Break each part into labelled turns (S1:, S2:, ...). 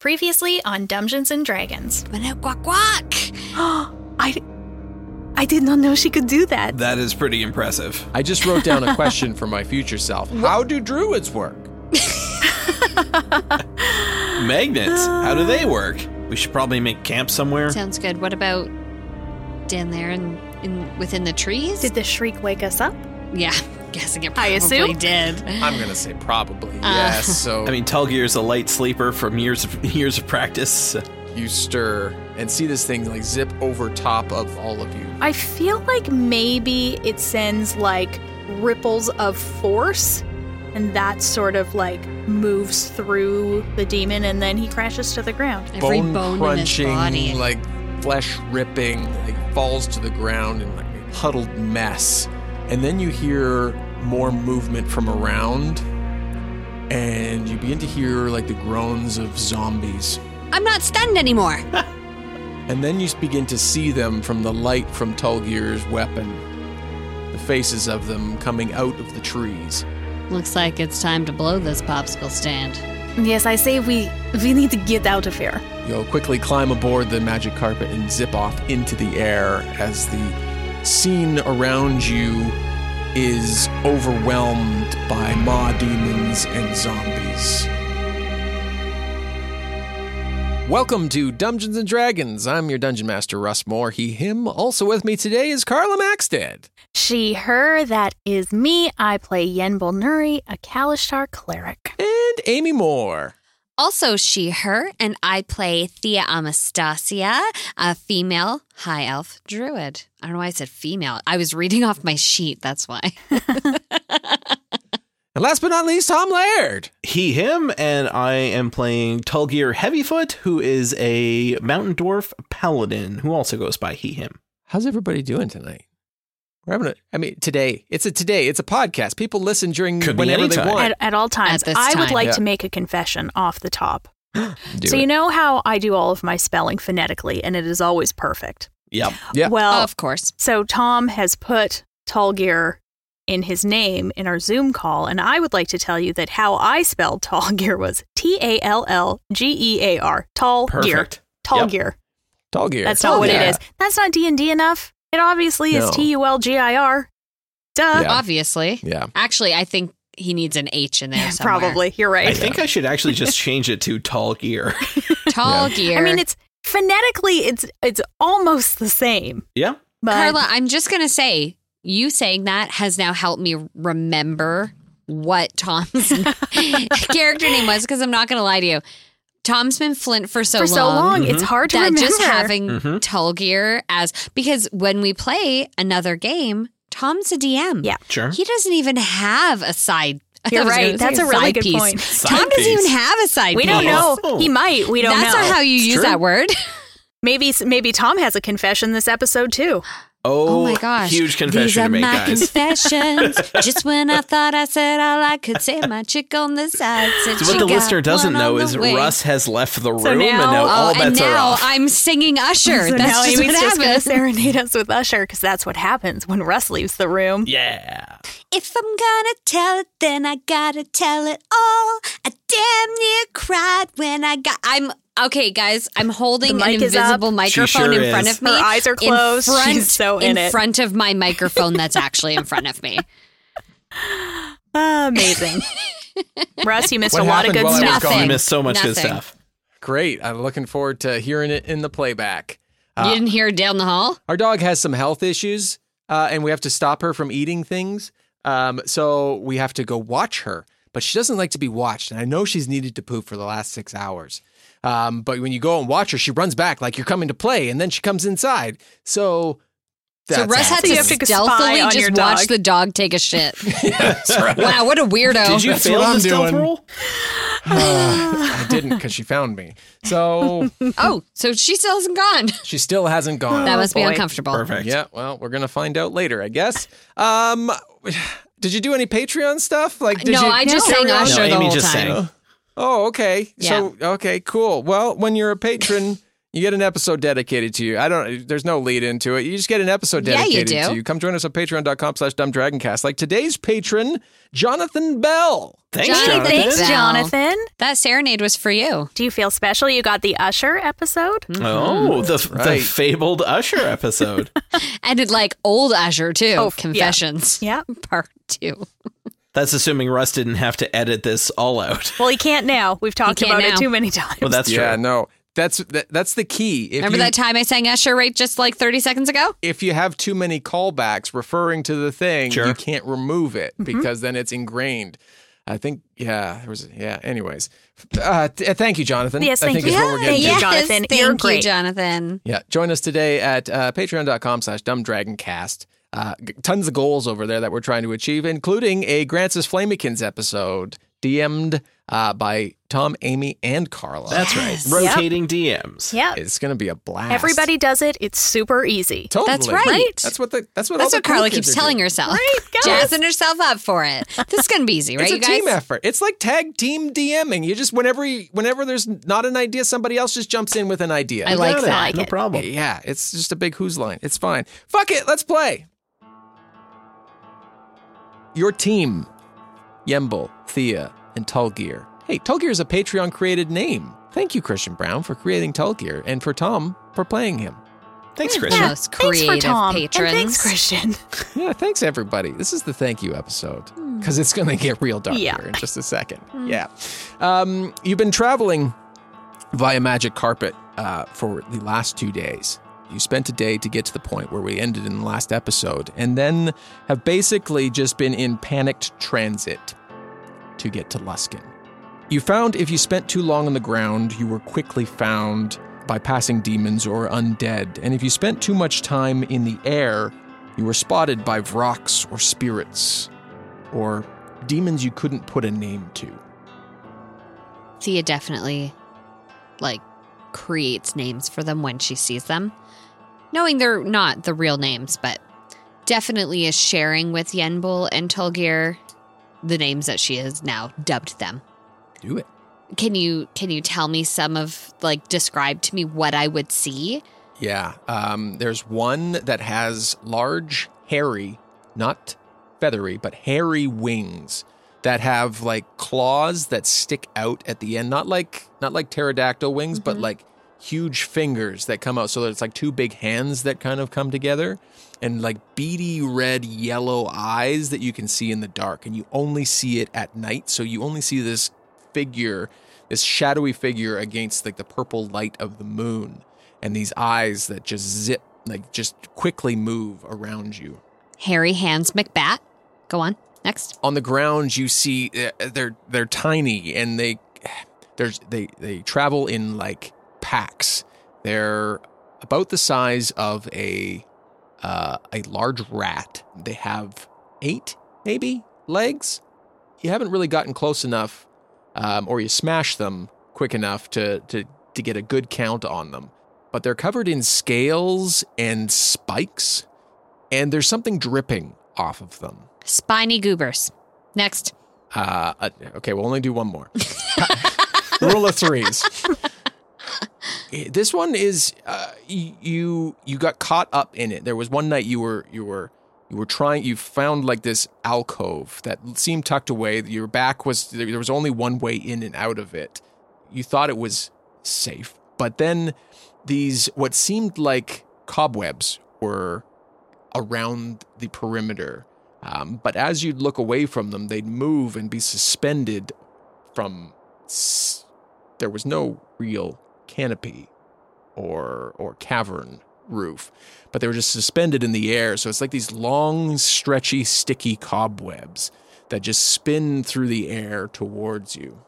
S1: Previously on Dungeons and Dragons.
S2: Quack quack!
S3: I, I did not know she could do that.
S4: That is pretty impressive.
S5: I just wrote down a question for my future self. How do druids work?
S4: Magnets, how do they work? We should probably make camp somewhere.
S2: Sounds good. What about down there in, in within the trees?
S3: Did the shriek wake us up?
S2: yeah, guessing it
S3: I
S2: probably
S3: assume?
S2: did.
S5: I'm gonna say
S2: uh,
S5: probably yes. So
S4: I mean, Tulgir's a light sleeper from years of years of practice.
S5: you stir and see this thing like zip over top of all of you.
S3: I feel like maybe it sends like ripples of force, and that sort of like moves through the demon, and then he crashes to the ground.
S2: Every bone, in his
S5: crunching,
S2: body.
S5: like flesh ripping, like falls to the ground in like a huddled mess. And then you hear more movement from around, and you begin to hear like the groans of zombies.
S2: I'm not stunned anymore.
S5: And then you begin to see them from the light from Tulgir's weapon. The faces of them coming out of the trees.
S2: Looks like it's time to blow this popsicle stand.
S3: Yes, I say we we need to get out of here.
S5: You'll quickly climb aboard the magic carpet and zip off into the air as the scene around you is overwhelmed by maw demons and zombies. Welcome to Dungeons and Dragons. I'm your dungeon master, Russ Moore. He, him. Also with me today is Carla Maxted.
S3: She, her, that is me. I play Yen Nuri, a Kalishtar cleric.
S5: and Amy Moore.
S2: Also, she, her, and I play Thea Amastasia, a female high elf druid. I don't know why I said female. I was reading off my sheet, that's why.
S5: And last but not least, Tom Laird.
S4: He, him, and I am playing Tulgir Heavyfoot, who is a mountain dwarf paladin who also goes by he, him.
S5: How's everybody doing tonight? We're having a, I mean, today. It's a today. It's a podcast. People listen during
S4: Could be
S5: whenever they
S4: anytime.
S5: want.
S3: At, at all times,
S2: At this
S3: I would
S2: time.
S3: like
S5: Yeah.
S3: to make a confession off the top.
S5: Do
S3: so
S5: it.
S3: you know how I do all of my spelling phonetically, and it is always perfect.
S4: Yep.
S5: Yeah.
S3: Well,
S2: of course.
S3: so Tom has put Tallgear in his name in our Zoom call, and I would like to tell you that how I spelled Tallgear was T A L L G E A R. Tall gear.
S4: Perfect.
S3: Tall
S4: Yep.
S3: gear.
S5: Tall gear.
S3: That's not what
S5: Yeah.
S3: it is. That's not D and D enough. It obviously
S5: No.
S3: is T U L G I R. Duh.
S5: Yeah.
S2: Obviously.
S5: Yeah.
S2: Actually, I think he needs an H in there somewhere.
S3: Probably. You're right.
S4: I think I should actually just change it to Tulgir.
S2: Tall gear.
S3: I mean, it's phonetically, it's it's almost the same.
S4: yeah.
S3: But
S2: Carla, I'm just going to say, you saying that has now helped me remember what Tom's character name was because I'm not going to lie to you. Tom's been Flint for so
S3: for
S2: long.
S3: so long, it's
S4: Mm-hmm.
S3: hard to
S2: that
S3: remember.
S2: just having
S4: Mhm.
S2: Tulgir as because when we play another game, Tom's a DM.
S3: Yeah.
S4: Sure.
S2: He doesn't even have a side. I
S3: You're
S2: was
S3: right.
S2: gonna say
S3: That's a really
S2: side
S3: good
S2: piece.
S3: point.
S2: Tom
S4: Side
S2: doesn't even
S4: piece.
S2: have a side.
S3: we
S2: piece.
S3: don't know.
S4: Oh.
S3: He might. We don't
S2: That's
S3: know.
S2: not how you
S4: It's
S2: use
S4: true.
S2: that word.
S3: maybe maybe Tom has a confession this episode too.
S4: Oh,
S2: Oh my gosh.
S4: Huge
S2: These
S4: confession
S2: are
S4: to make,
S2: my
S4: guys.
S2: confessions. Just when I thought I said all I could say, my chick on the side said
S4: so what
S2: she
S4: the
S2: got
S4: listener doesn't
S2: one on
S4: know
S2: the
S4: is
S2: wing.
S4: Russ has left the room and
S3: now-
S4: now
S2: Oh,
S4: all
S2: and
S4: bets are
S2: now
S4: off.
S2: I'm singing Usher.
S3: So
S2: That's
S3: now
S2: just
S3: Amy's
S2: what
S3: just going to
S2: happens.
S3: serenade us with Usher because that's what happens when Russ leaves the room.
S4: yeah.
S2: If I'm gonna tell it, then I gotta tell it all. I damn near cried when I got. I'm okay, guys. I'm holding
S3: The
S2: an
S3: mic is
S2: invisible
S3: up.
S4: She
S2: microphone
S4: sure
S2: in front
S4: is.
S2: of me.
S3: Her eyes are
S2: in
S3: closed.
S2: front-
S3: She's so in it.
S2: front of my microphone that's actually in front of me.
S3: Amazing. Russ, you missed
S5: What
S3: a lot
S5: happened
S3: of good
S5: while I was
S3: stuff.
S5: gone?
S4: You missed so much good
S2: Nothing.
S4: stuff.
S5: Great. I'm looking forward to hearing it in the playback.
S4: Uh,
S2: you didn't hear down the hall.
S5: Our dog has some health issues, uh, and we have to stop her from eating things. Um, so we have to go watch her, but she doesn't like to be watched. And I know she's needed to poop for the last six hours. Um, but when you go and watch her, she runs back like you're coming to play, and then she comes inside. So that's
S2: so Russ
S5: how
S2: had to
S5: it
S3: you
S5: is.
S3: have to spy
S2: stealthily
S3: on
S2: just
S3: your
S2: watch
S3: dog.
S2: the dog take a shit.
S5: That's right.
S2: wow, what a weirdo.
S4: Did you
S5: That's what
S4: fail
S5: I'm
S4: the stealth
S5: doing. Oh,
S4: roll?
S5: Uh, I didn't because she found me. So
S2: oh, so she still isn't gone.
S5: she still hasn't gone.
S2: That must be
S3: boy.
S2: uncomfortable.
S4: Perfect.
S5: Yeah, well, we're gonna find out later, I guess. Um, did you do any Patreon stuff? Like, did
S2: No,
S5: you...
S2: I just sang
S4: No,
S2: Usher the
S4: Amy
S2: whole
S4: just
S2: time.
S4: sang.
S5: Oh, okay. So, okay, cool. Well, when you're a patron, you get an episode dedicated to you. I don't. There's no lead into it. You just get an episode
S2: Yeah, you
S5: dedicated
S2: do.
S5: to you. Come join us on Patreon.com/slash DumbDragonCast. Like today's patron, Jonathan Bell.
S4: Thanks,
S2: Johnny,
S4: Jonathan.
S2: thanks.
S3: Thanks,
S2: Bell.
S3: Jonathan.
S2: That serenade was for you.
S3: Do you feel special? You got the Usher episode?
S2: Mm.
S4: Oh, the, the
S5: Right.
S4: fabled Usher episode.
S2: And it, like old Usher too.
S3: Oh, f- yeah.
S2: Confessions.
S3: Yeah.
S2: Part two.
S4: That's assuming Russ didn't have to edit this all out.
S3: Well, he can't now. We've talked
S2: can't
S3: about
S2: now.
S3: it too many times.
S4: Well, that's
S5: yeah,
S4: true.
S5: no, that's that, that's the key. If
S2: Remember
S5: you,
S2: that time I sang Usher right just like 30 seconds ago?
S5: if you have too many callbacks referring to the thing,
S4: Sure.
S5: you can't remove it
S2: Mm-hmm.
S5: because then it's ingrained. I think, yeah, there was, yeah. Anyways, uh, th- thank you, Jonathan.
S3: Yes,
S5: I
S3: thank
S5: think
S3: you.
S5: is what we're getting
S3: Thank
S5: to.
S3: you, Jonathan.
S2: Thank
S3: You're
S2: you,
S3: great.
S2: Jonathan.
S5: Yeah, join us today at uh, patreon.com slash dumbdragoncast. Uh, g- tons of goals over there that we're trying to achieve, including a Grancis Flamikins episode DM'd uh, by Tom, Amy, and Carla.
S4: That's right. Rotating DMs.
S3: yeah.
S5: It's going to be a blast.
S3: Everybody does it. It's super easy.
S5: Totally.
S2: That's right. Right.
S5: That's what the that's what
S2: That's
S5: all
S2: what
S5: the cool
S2: Carla
S5: kids
S2: keeps
S5: are
S2: telling
S5: doing.
S2: herself.
S3: Right, guys.
S2: Jazzing herself up for it. This is gonna be easy, right,
S5: it's a
S2: you guys?
S5: team effort. It's like tag team DMing. You just whenever you, whenever there's not an idea, somebody else just jumps in with an idea.
S2: I like
S4: Got it.
S2: that.
S4: No problem.
S5: Yeah, it's just a big who's line. It's fine. Fuck it, let's play. Your team, Yemble, Thea, and Tulgear. Hey, Tulgear is a Patreon created name. Thank you, Christian Brown, for creating Tulgear, and for Tom for playing him.
S4: Thanks, Chris.
S2: Yeah. Most creative
S3: thanks for Tom.
S2: patrons.
S3: And thanks, Christian.
S5: Yeah, thanks everybody. This is the thank you episode because it's going to get real dark
S3: Yeah.
S5: here in just a second. Yeah. Um, you've been traveling via magic carpet uh, for the last two days. You spent a day to get to the point where we ended in the last episode and then have basically just been in panicked transit to get to Luskin. You found if you spent too long on the ground, you were quickly found by passing demons or undead, and if you spent too much time in the air, you were spotted by vrocks or spirits, or demons you couldn't put a name to.
S2: Thea definitely like creates names for them when she sees them, knowing they're not the real names, but definitely is sharing with Yenbul and Tulgir the names that she has now dubbed them.
S5: Do it.
S2: Can you can you tell me some of like describe to me what I would see?
S5: Yeah. Um, there's one that has large, hairy, not feathery, but hairy wings that have like claws that stick out at the end. Not like not like pterodactyl wings, but like huge fingers that come out. So that it's like two big hands that kind of come together, and like beady red, yellow eyes that you can see in the dark, and you only see it at night. So you only see this figure, this shadowy figure against like the purple light of the moon and these eyes that just zip, like just quickly move around you.
S2: Harry Hands McBat. Go on. Next.
S5: On the ground, you see uh, they're they're tiny and they there's they they travel in like packs. They're about the size of a uh, a large rat. They have eight maybe legs. You haven't really gotten close enough, um, or you smash them quick enough to to to get a good count on them. But they're covered in scales and spikes, and there's something dripping off of them.
S2: Spiny goobers. Next.
S5: Uh, uh, okay, we'll only do one more. Rule of threes. Eh, this one is uh, y- you. You got caught up in it. There was one night you were you were you were trying. You found like this alcove that seemed tucked away. Your back was there. there was only one way in and out of it. You thought it was safe, but then these what seemed like cobwebs were around the perimeter. Um, but as you'd look away from them, they'd move and be suspended from. S- there was no real canopy or or cavern. roof, but they were just suspended in the air. So it's like these long, stretchy, sticky cobwebs that just spin through the air towards you.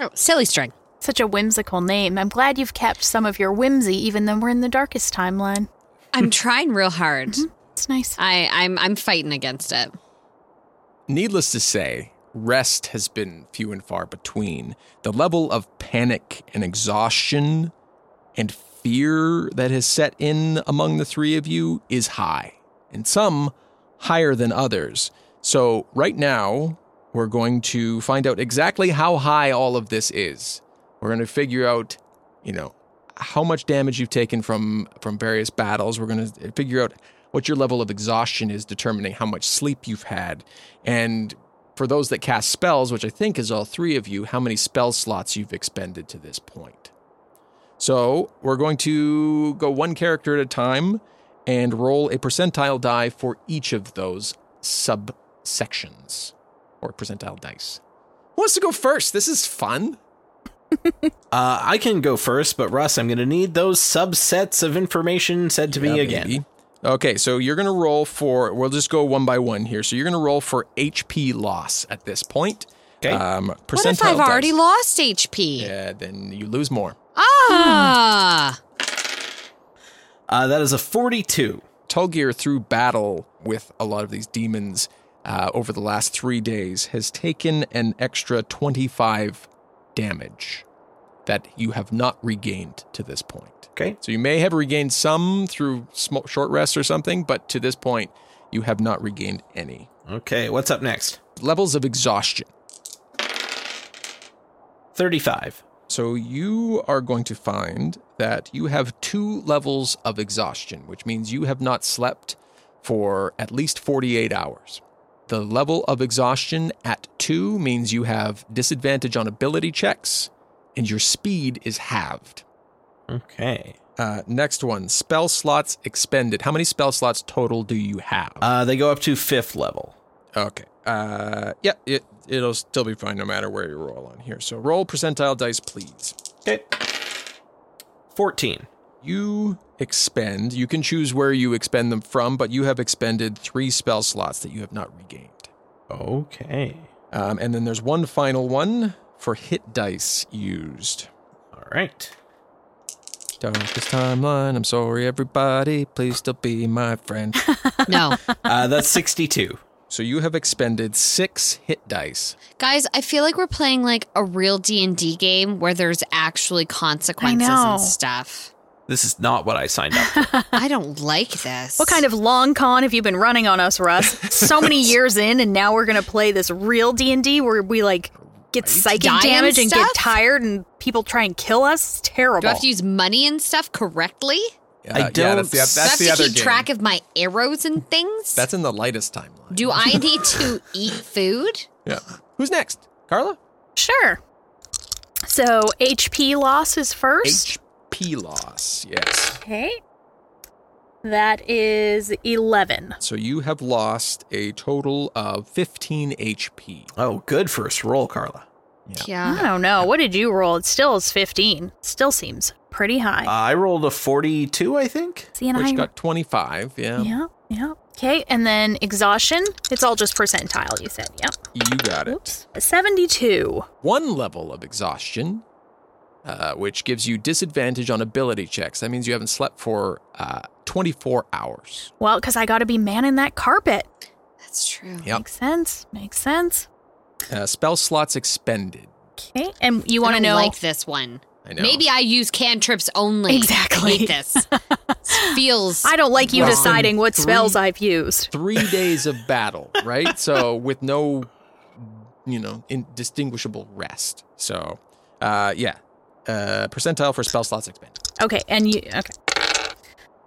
S2: Oh, silly string.
S3: Such a whimsical name. I'm glad you've kept some of your whimsy, even though we're in the darkest timeline.
S2: I'm trying real hard.
S3: It's nice.
S2: I, I'm I'm fighting against it.
S5: Needless to say, rest has been few and far between. The level of panic and exhaustion and fear that has set in among the three of you is high, and some higher than others. So, right now, we're going to find out exactly how high all of this is. We're going to figure out, you know, how much damage you've taken from from various battles. We're going to figure out what your level of exhaustion is, determining how much sleep you've had, and for those that cast spells, which I think is all three of you, how many spell slots you've expended to this point. So we're going to go one character at a time and roll a percentile die for each of those subsections or percentile dice. Who wants to go first? This is fun.
S4: Uh, I can go first, but Russ, I'm going to need those subsets of information said to me
S5: Yeah,
S4: again.
S5: baby. Okay, so you're going to roll for, we'll just go one by one here. So you're going to roll for HP loss at this point.
S4: Okay.
S5: Um, percentile
S2: What if I've
S5: dice.
S2: already lost HP?
S5: Yeah, then you lose more.
S2: Ah,
S4: Uh, that is a 42.
S5: Tulgir, through battle with a lot of these demons uh, over the last three days, has taken an extra 25 damage that you have not regained to this point.
S4: Okay.
S5: So you may have regained some through sm- short rest or something, but to this point, you have not regained any.
S4: Okay, what's up next?
S5: Levels of exhaustion.
S4: 35.
S5: So you are going to find that you have two levels of exhaustion, which means you have not slept for at least 48 hours. The level of exhaustion at two means you have disadvantage on ability checks and your speed is halved.
S4: Okay.
S5: Uh, next one spell slots expended. How many spell slots total do you have?
S4: Uh, they go up to fifth level.
S5: Okay. Uh, yeah, it, it'll still be fine no matter where you roll on here. So roll percentile dice, please.
S4: Okay. 14.
S5: You expend, you can choose where you expend them from, but you have expended three spell slots that you have not regained.
S4: Okay.
S5: Um, and then there's one final one for hit dice used.
S4: All right.
S5: Darkest timeline, I'm sorry, everybody. Please still be my friend.
S3: Hmm.
S2: no,
S4: Uh, that's 62.
S5: so you have expended six hit dice.
S2: guys, I feel like we're playing like a real D and D game where there's actually consequences
S3: know.
S2: and stuff.
S4: This is not what I signed up for.
S2: I don't like this.
S3: What kind of long con have you been running on us, Russ? So many years in, and now we're gonna play this real D and D where we like get psychic
S2: Die and
S3: damage and
S2: stuff?
S3: get tired, and people try and kill us. It's terrible.
S2: do I have to use money and stuff correctly?
S4: I don't-
S5: Uh, that's the, that's
S2: do I have to
S5: the other
S2: keep
S5: game.
S2: track of my arrows and things?
S5: that's in the lightest timeline.
S2: do I need to eat food?
S5: yeah. Who's next? Carla?
S3: sure. So HP loss is first.
S5: HP loss. Yes.
S3: Okay. That is 11.
S5: So you have lost a total of 15 HP.
S4: Oh, good first roll, Carla.
S3: I don't know. What did you roll? It still is 15. Still seems pretty high.
S2: Uh,
S4: I rolled a 42, I think.
S3: See, and
S5: which
S3: I.
S5: got 25. Yeah.
S3: yeah, yeah. Okay, and then exhaustion. It's all just percentile, you said. Yep.
S5: You got it.
S3: Oops. 72.
S5: One level of exhaustion, uh, which gives you disadvantage on ability checks. That means you haven't slept for uh, 24 hours.
S3: Well, because I got to be manning that carpet.
S2: That's true.
S5: Yep.
S3: Makes sense. Makes sense.
S5: Uh, spell slots expended.
S3: Okay. And you
S2: I
S3: want to
S2: don't
S3: know.
S2: like this one.
S5: I know.
S2: Maybe I use cantrips only.
S3: Exactly.
S2: I hate this. This feels.
S3: I don't like you
S5: Wrong.
S3: deciding what
S5: Three.
S3: spells I've used.
S5: Three days of battle, right? So with no, you know, indistinguishable rest. So, uh, yeah. Uh, percentile for spell slots expended.
S3: Okay, and you. Okay.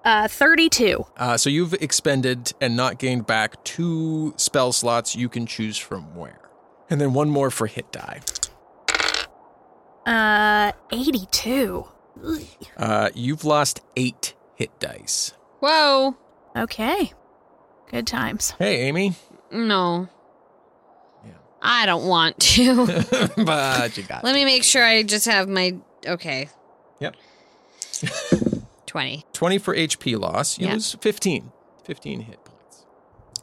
S3: Uh, 32.
S5: Uh, so you've expended and not gained back two spell slots you can choose from where. And then one more for hit die.
S3: Uh, 82.
S5: Uh, you've lost eight hit dice.
S2: Whoa.
S3: Okay. Good times.
S5: Hey, Amy.
S2: No.
S5: Yeah.
S2: I don't want to.
S5: but you got
S2: Let me make sure I just have my. Okay.
S5: Yep.
S2: 20.
S5: 20 for HP loss. You
S2: Yeah.
S5: lose 15. 15 hit points.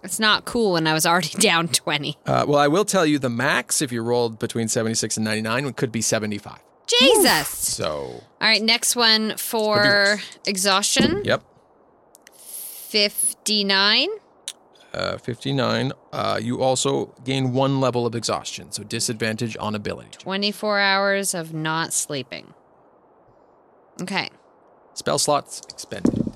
S2: It's not cool when I was already down 20.
S5: Uh, well, I will tell you the max, if you rolled between 76 and 99, it could be 75.
S2: Jesus.
S5: So,
S2: All right, next one for exhaustion
S5: yep.
S2: 59.
S5: Uh, 59. Uh, you also gain one level of exhaustion, so disadvantage on ability.
S2: 24 hours of not sleeping. Okay,
S5: Spell slots expended.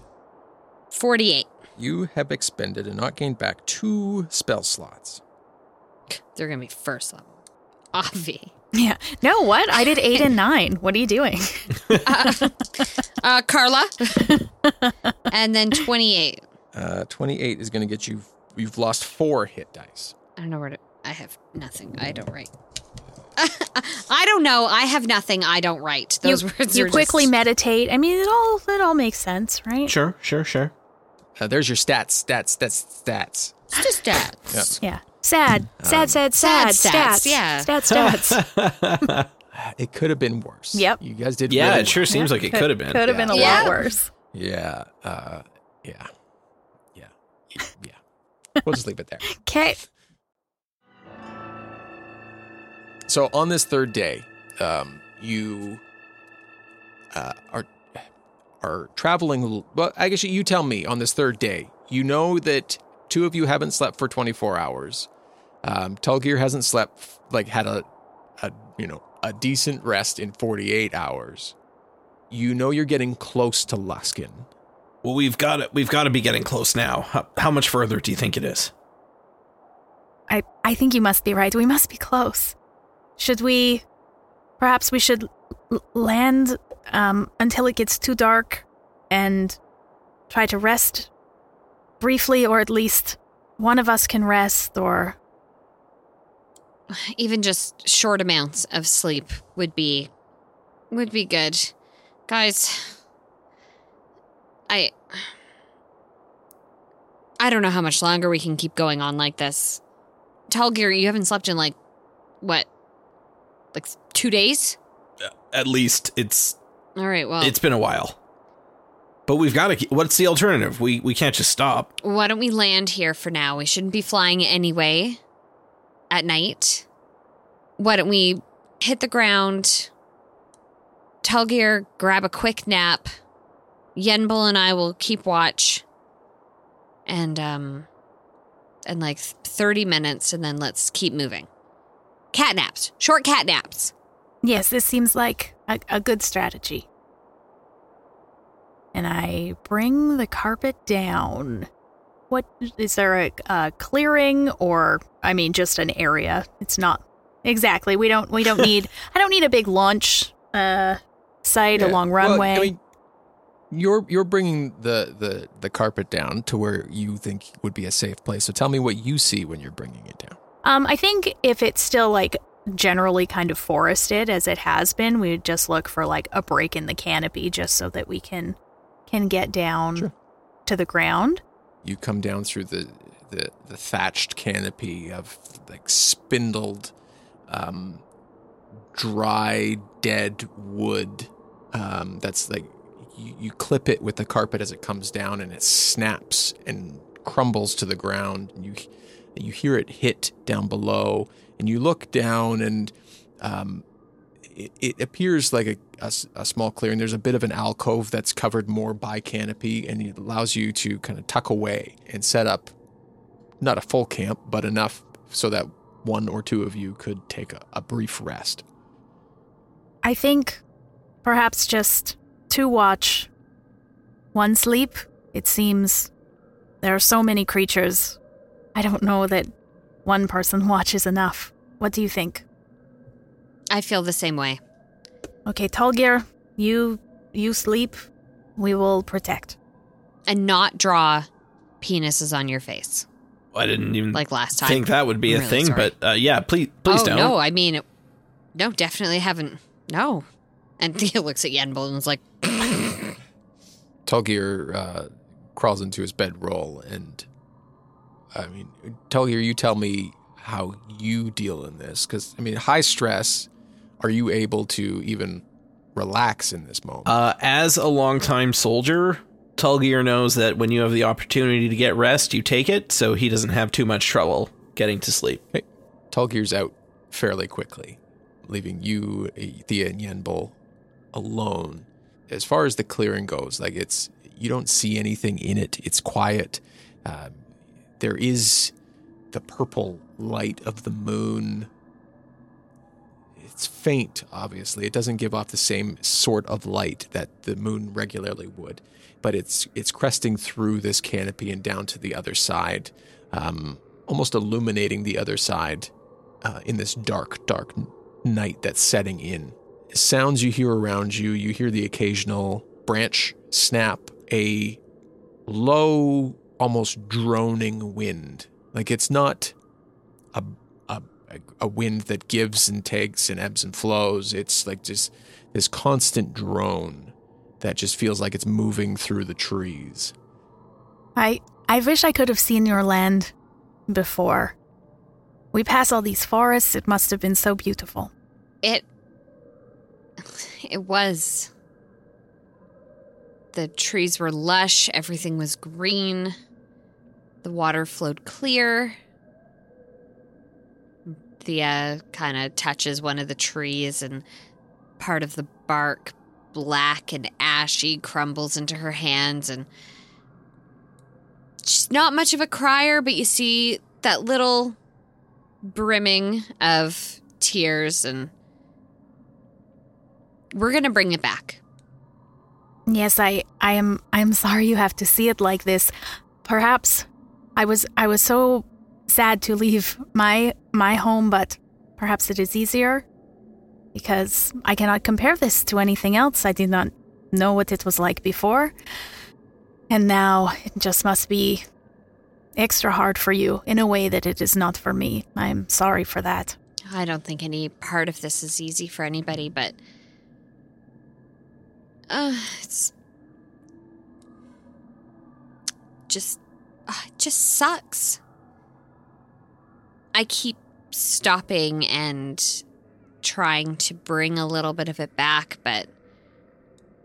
S2: 48.
S5: You have expended and not gained back two spell slots.
S2: They're going to be first level. Obvi.
S3: Yeah. No, what? I did eight and nine. What are you doing?
S2: Uh, Carla. and then 28.
S5: Uh, 28 is going to get you, you've lost four hit dice.
S2: I don't know where to. I have nothing. I don't write. I don't know. I have nothing. I don't write. Those
S3: you
S2: words
S3: you
S2: are
S3: quickly
S2: just-
S3: meditate. I mean, it all it all makes sense, right?
S4: Sure, sure, sure.
S5: Uh, there's your stats, stats, stats, stats.
S2: It's just stats.
S5: Yep.
S3: Yeah. Sad. Sad. sad. Sad.
S2: sad
S3: Stats.
S2: stats, yeah.
S3: Sad. Stats.
S5: Uh, It could have been worse.
S3: Yep.
S5: You guys did.
S4: Yeah,
S5: really
S4: it sure seems like it could have been.
S3: Could have been a
S2: Yeah.
S3: lot worse.
S5: well. Yeah. Uh, yeah. Yeah. Yeah. we'll just leave it there.
S3: Okay.
S5: So on this third day, um, you uh, are are traveling. l- Well, I guess you tell me. On this third day, you know that two of you haven't slept for 24 hours. Um, Tulgir hasn't slept like had a, a you know a decent rest in 48 hours. You know you're getting close to Luskin.
S4: Well, we've got to, we've got to be getting close now. How, how much further do you think it is?
S3: I I think you must be right. We must be close. Should we? Perhaps we should l- land um, until it gets too dark, and try to rest briefly, or at least one of us can rest, or
S2: Even just short amounts of sleep would be would be good. Guys, I I don't know how much longer we can keep going on like this. Talgear, you haven't slept in like what? Like 2 days?
S4: At least it's
S2: All right, well.
S4: it's been a while. But we've got to. What's the alternative? We we can't just stop.
S2: Why don't we land here for now? We shouldn't be flying anyway at night. Why don't we hit the ground? Telgear, grab a quick nap. Yenbul and I will keep watch. And, um, and like 30 minutes, and then let's keep moving. Cat naps, short cat naps.
S3: yes, this seems like a, a good strategy. And I bring the carpet down. What is there a, a clearing, or I mean, just an area? It's not exactly. We don't. We don't need. I don't need a big launch uh, site, a long
S5: Well,
S3: runway.
S5: I mean, you're you're bringing the, the the carpet down to where you think would be a safe place. So tell me what you see when you're bringing it down.
S3: Um, I think if it's still like generally kind of forested as it has been, we would just look for like a break in the canopy just so that we can can get down
S5: Sure.
S3: to the ground.
S5: You come down through the the, the thatched canopy of like spindled, um, dry, dead wood. Um, that's like you, you clip it with the carpet as it comes down, and it snaps and crumbles to the ground. And you you hear it hit down below, and you look down, and um, it, it appears like a, a s- a small clearing. There's a bit of an alcove that's covered more by canopy, and it allows you to kind of tuck away and set up not a full camp, but enough so that one or two of you could take a, a brief rest.
S3: I think perhaps just two watch, one sleep. It seems there are so many creatures. I don't know that one person watch is enough. What do you think?
S2: I feel the same way.
S3: Okay, Tallgear, you you sleep. We will protect.
S2: And not draw penises on your face
S4: I didn't even
S2: like last time.
S4: think that would be a
S2: Really
S4: thing.
S2: sorry.
S4: But uh, yeah, please please
S2: oh,
S4: don't.
S2: No, I mean, it- no, definitely haven't. No. And Thea looks at Yenbul and is like,
S5: Tulgir uh, crawls into his bedroll, and I mean, Tulgir, you tell me how you deal in this, because I mean, high stress. Are you able to even relax in this moment.
S4: Uh, as a longtime soldier, Tulgir knows that when you have the opportunity to get rest, you take it, so he doesn't have too much trouble getting to sleep.
S5: Talgear's out fairly quickly, leaving you, Thea, and Yenbul alone. As far as the clearing goes, like it's you don't see anything in it. It's quiet. Um, there is the purple light of the moon. It's faint, obviously. It doesn't give off the same sort of light that the moon regularly would, but it's it's cresting through this canopy and down to the other side, um, almost illuminating the other side uh, in this dark, dark night that's setting in. Sounds you hear around you, you hear the occasional branch snap, a low, almost droning wind. Like it's not a, a, a wind that gives and takes and ebbs and flows. It's like just this constant drone that just feels like it's moving through the trees.
S3: I I wish I could have seen your land before. We pass all these forests. It must have been so beautiful.
S2: It it was the trees were lush, everything was green. The water flowed clear. Thea kind of uh, touches one of the trees and part of the bark black and ashy crumbles into her hands and she's not much of a crier but you see that little brimming of tears and we're going to bring it back
S3: Yes, I I am I am sorry you have to see it like this. Perhaps I was I was so sad to leave my my home, but perhaps it is easier because I cannot compare this to anything else. I did not know what it was like before. And now it just must be extra hard for you in a way that it is not for me. I'm sorry for that.
S2: I don't think any part of this is easy for anybody, but uh, it's just uh, it just sucks. I keep stopping and trying to bring a little bit of it back, but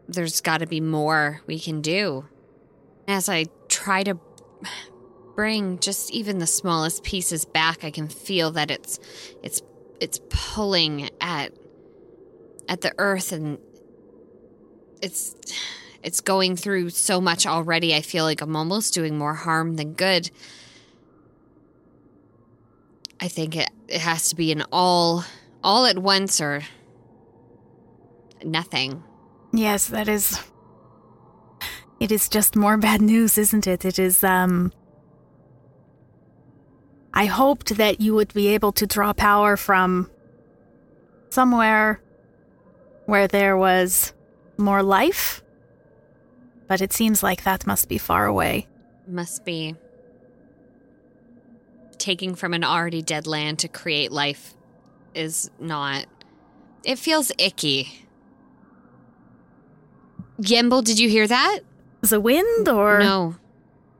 S2: there's got to be more we can do. As I try to bring just even the smallest pieces back, I can feel that it's it's it's pulling at at the earth and it's it's going through so much already. I feel like I'm almost doing more harm than good. I think it, it has to be an all all at once or nothing.
S3: Yes, that is it is just more bad news, isn't it? It is um I hoped that you would be able to draw power from somewhere where there was more life. But it seems like that must be far away.
S2: Must be taking from an already dead land to create life is not it feels icky. Yemble, did you hear that?
S3: The wind or
S2: No.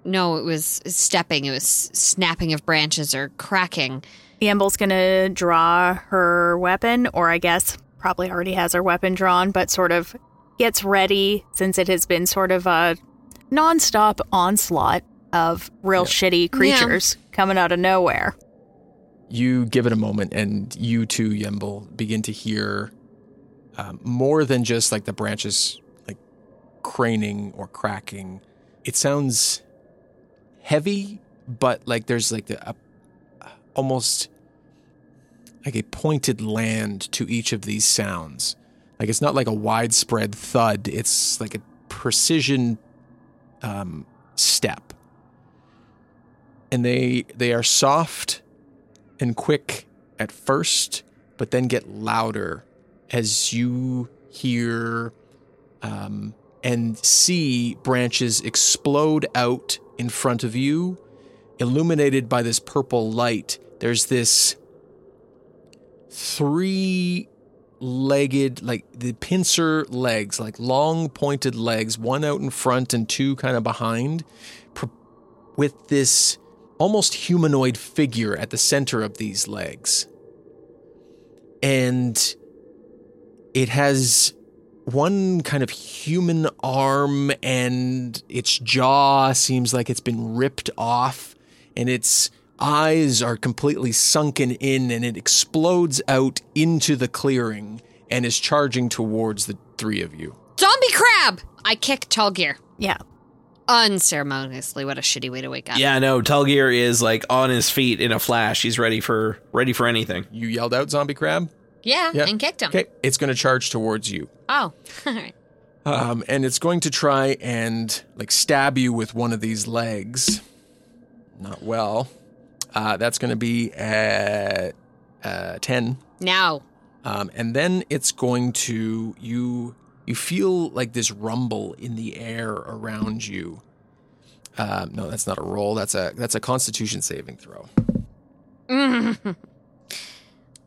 S2: No, it was stepping, it was snapping of branches or cracking.
S3: Yamble's gonna draw her weapon, or I guess probably already has her weapon drawn, but sort of gets ready since it has been sort of a nonstop onslaught of real shitty creatures coming out of nowhere.
S5: you give it a moment and you too yemble begin to hear um, more than just like the branches like craning or cracking it sounds heavy but like there's like the, a, almost like a pointed land to each of these sounds like it's not like a widespread thud it's like a precision um, step and they they are soft and quick at first, but then get louder as you hear um, and see branches explode out in front of you, illuminated by this purple light. There's this three legged, like the pincer legs, like long pointed legs, one out in front and two kind of behind, pr- with this almost humanoid figure at the center of these legs. And it has one kind of human arm and its jaw seems like it's been ripped off and its eyes are completely sunken in and it explodes out into the clearing and is charging towards the three of you.
S2: Zombie crab! I kick Talgear.
S3: Yeah.
S2: Unceremoniously. What a shitty way to wake up.
S4: Yeah, no, Talgir is like on his feet in a flash. He's ready for ready for anything.
S5: You yelled out zombie crab?
S2: Yeah,
S5: Yeah.
S2: Uh, and kicked him.
S5: Okay, it's going to charge towards you.
S2: Oh, all right.
S5: Um, and it's going to try and like stab you with one of these legs. Not well. Uh, that's going to be at uh, ten,
S2: Now,
S5: um, and then it's going to you. You feel like this rumble in the air around you. Um, no, that's not a roll. That's a that's a Constitution saving throw.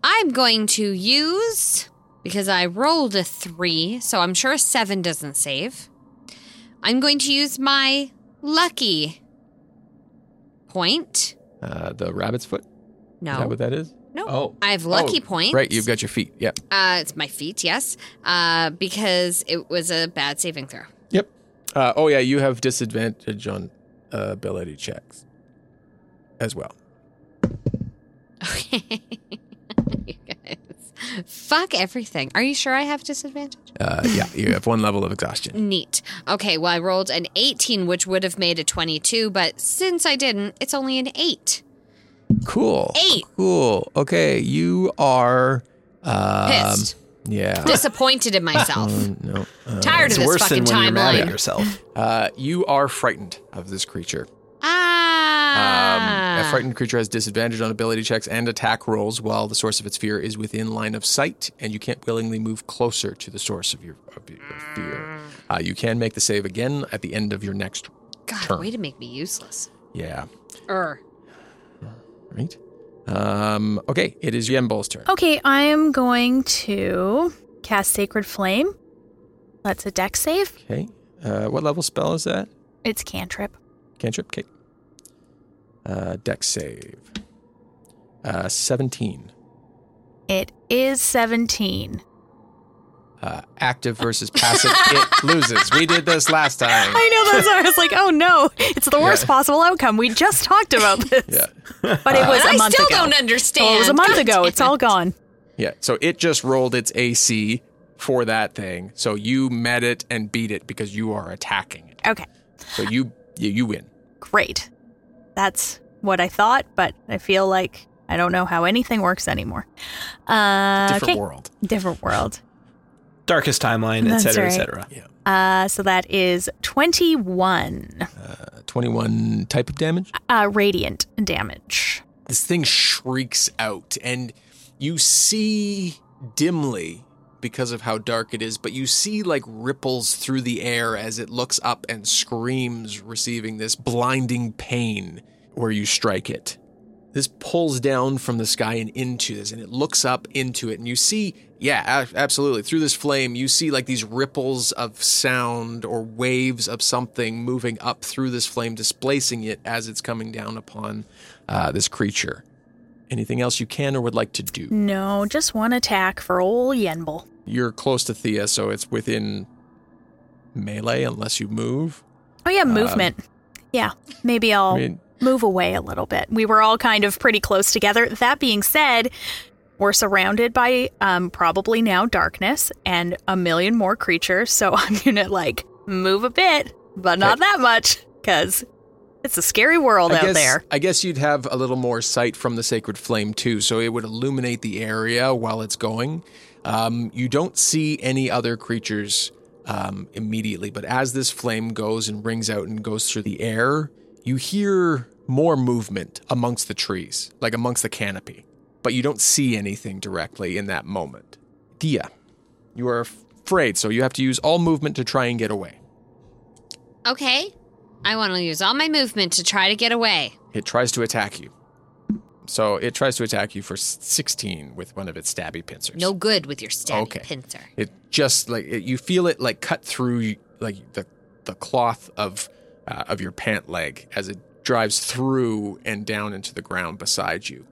S2: I'm going to use because I rolled a three, so I'm sure a seven doesn't save. I'm going to use my lucky point.
S5: Uh, the rabbit's foot. Is that
S2: No,
S5: what that is?
S2: no.
S4: Oh.
S2: I have lucky
S5: Oh,
S2: point.
S5: Right, you've got your feet. Yep.
S2: Uh, it's my feet, yes, uh, because it was a bad saving throw.
S5: Yep. Uh, oh yeah, you have disadvantage on uh, ability checks as well.
S2: Okay. you guys. Fuck everything. Are you sure I have disadvantage?
S5: Uh, yeah, you have one level of exhaustion.
S2: Neat. Okay, well, I rolled an 18, which would have made a 22, but since I didn't, it's only an 8.
S5: Cool.
S2: Eight.
S5: Cool. Okay, you are. Um,
S2: Pissed.
S5: Yeah.
S2: Disappointed in myself.
S5: Um, no. uh,
S2: Tired
S4: Hmm. It's
S2: of this
S4: worse than
S2: fucking
S4: when you're mad
S2: timeline.
S4: at yourself.
S5: uh, you are frightened of this creature. Um,
S2: Ah.
S5: A frightened creature has disadvantage on ability checks and attack rolls while the source of its fear is within line of sight, and you can't willingly move closer to the source of your, of your fear.
S2: Ah.
S5: Uh, you can make the save again at the end of your next.
S2: God,
S5: turn.
S2: way to make me useless.
S5: Yeah.
S2: Er.
S5: Right. Um, okay, it is Yembol's turn.
S3: Okay, I am going to cast Sacred Flame. That's a deck save.
S5: Okay. Uh, what level spell is that?
S3: It's cantrip.
S5: Cantrip. Okay. Uh, deck save. Uh, 17.
S3: It is 17.
S5: Uh, active versus passive. it loses. We did this last time.
S3: I know that's why I was like, oh no, it's the worst
S5: Yeah.
S3: possible outcome. We just talked about this.
S5: Yeah.
S3: But it was a
S2: I
S3: month
S2: still
S3: ago.
S2: don't
S3: Oh,
S2: understand.
S3: it was a month
S2: God
S3: ago.
S2: damn
S3: It's all
S2: it.
S3: gone.
S5: Yeah. So it just rolled its AC for that thing. So you met it and beat it because you are attacking it.
S3: Okay,
S5: So you you, you win.
S3: great. That's what I thought, but I feel like I don't know how anything works anymore. Uh,
S5: Different
S3: okay.
S5: world.
S3: Different world.
S4: Darkest timeline,
S3: That's
S4: etc.,
S3: right.
S4: etc.
S3: Uh, so that is 21
S5: Uh, 21 type of damage?
S3: uh, radiant damage.
S5: this thing shrieks out and you see dimly because of how dark it is but you see like ripples through the air as it looks up and screams receiving this blinding pain where you strike it this pulls down from the sky and into this and it looks up into it and you see yeah a- absolutely through this flame you see like these ripples of sound or waves of something moving up through this flame displacing it as it's coming down upon uh, this creature anything else you can or would like to do
S3: No, just one attack for ol' Yenbel.
S5: you're close to thea so it's within melee unless you move
S3: Oh, yeah, movement. yeah, maybe I'll
S5: Um, i mean
S3: move away a little bit. We were all kind of pretty close together. That being said, we're surrounded by um, probably now darkness and a million more creatures. So I'm going to like move a bit, but not that much because it's a scary world
S5: I
S3: out
S5: guess,
S3: there.
S5: I guess you'd have a little more sight from the sacred flame too, so it would illuminate the area while it's going. Um, you don't see any other creatures um, immediately, but as this flame goes and rings out and goes through the air, you hear more movement amongst the trees, like amongst the canopy, but you don't see anything directly in that moment. Dia, you are afraid, so you have to use all movement to try and get away.
S2: Okay. I want to use all my movement to try to get away.
S5: It tries to attack you. So it tries to attack you for s- 16 with one of its stabby pincers.
S2: No good with your stabby
S5: Okay.
S2: pincer.
S5: It just like it, you feel it like cut through like the the cloth of uh, of your pant leg as it drives through and down into the ground beside you.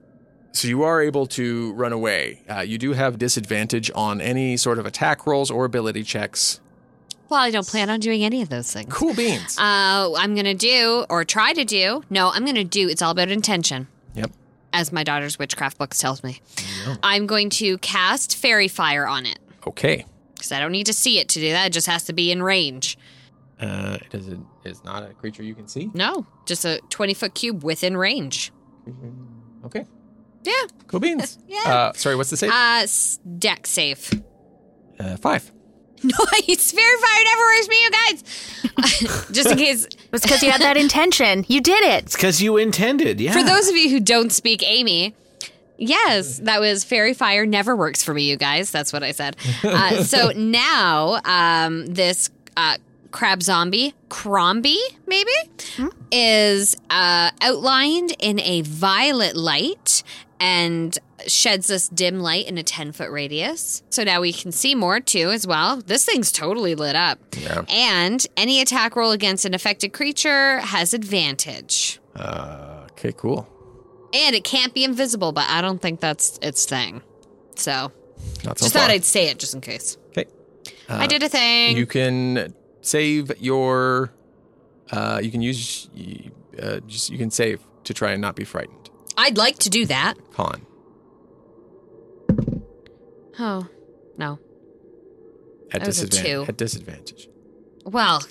S5: So you are able to run away. Uh, you do have disadvantage on any sort of attack rolls or ability checks.
S2: Well, I don't plan on doing any of those things.
S5: Cool beans.
S2: Uh, I'm going to do, or try to do, no, I'm going to do, it's all about intention,
S5: yep.
S2: as my daughter's witchcraft books tells me. I'm going to cast Fairy Fire on it
S5: Okay.
S2: because I don't need to see it to do that. It just has to be in range.
S5: Uh, it is a, it's not a creature you can see.
S2: No, just a 20 foot cube within range.
S5: Okay.
S2: Yeah.
S5: Cool beans.
S2: Yeah.
S5: Uh, sorry, what's the save?
S2: Uh, s- deck safe.
S5: Uh, five.
S2: Nice. Fairy Fire never works for you guys. just in case,
S3: It's because you had that intention. You did it.
S4: It's because you intended, yeah.
S2: for those of you who don't speak Amy, yes, that was Fairy Fire never works for me, you guys. That's what I said. Uh, so now um, this uh, crab zombie, Crombie, maybe, is uh, outlined in a violet light and sheds this dim light in a 10 foot radius. So now we can see more too, as well. This thing's totally lit up.
S5: Yeah.
S2: And any attack roll against an affected creature has advantage.
S5: Uh, okay, cool.
S2: And it can't be invisible, but I don't think that's its thing. So
S5: Not so
S2: just
S5: far.
S2: thought I'd say it just in case.
S5: Okay.
S4: Uh,
S2: I did a thing.
S5: You can save your. Uh, you can use. y- Uh, just you can save to try and not be frightened.
S2: I'd like to do that.
S5: Con.
S2: Oh, no.
S5: At
S2: That was a two.
S5: disadvantage. At disadvantage.
S2: Well,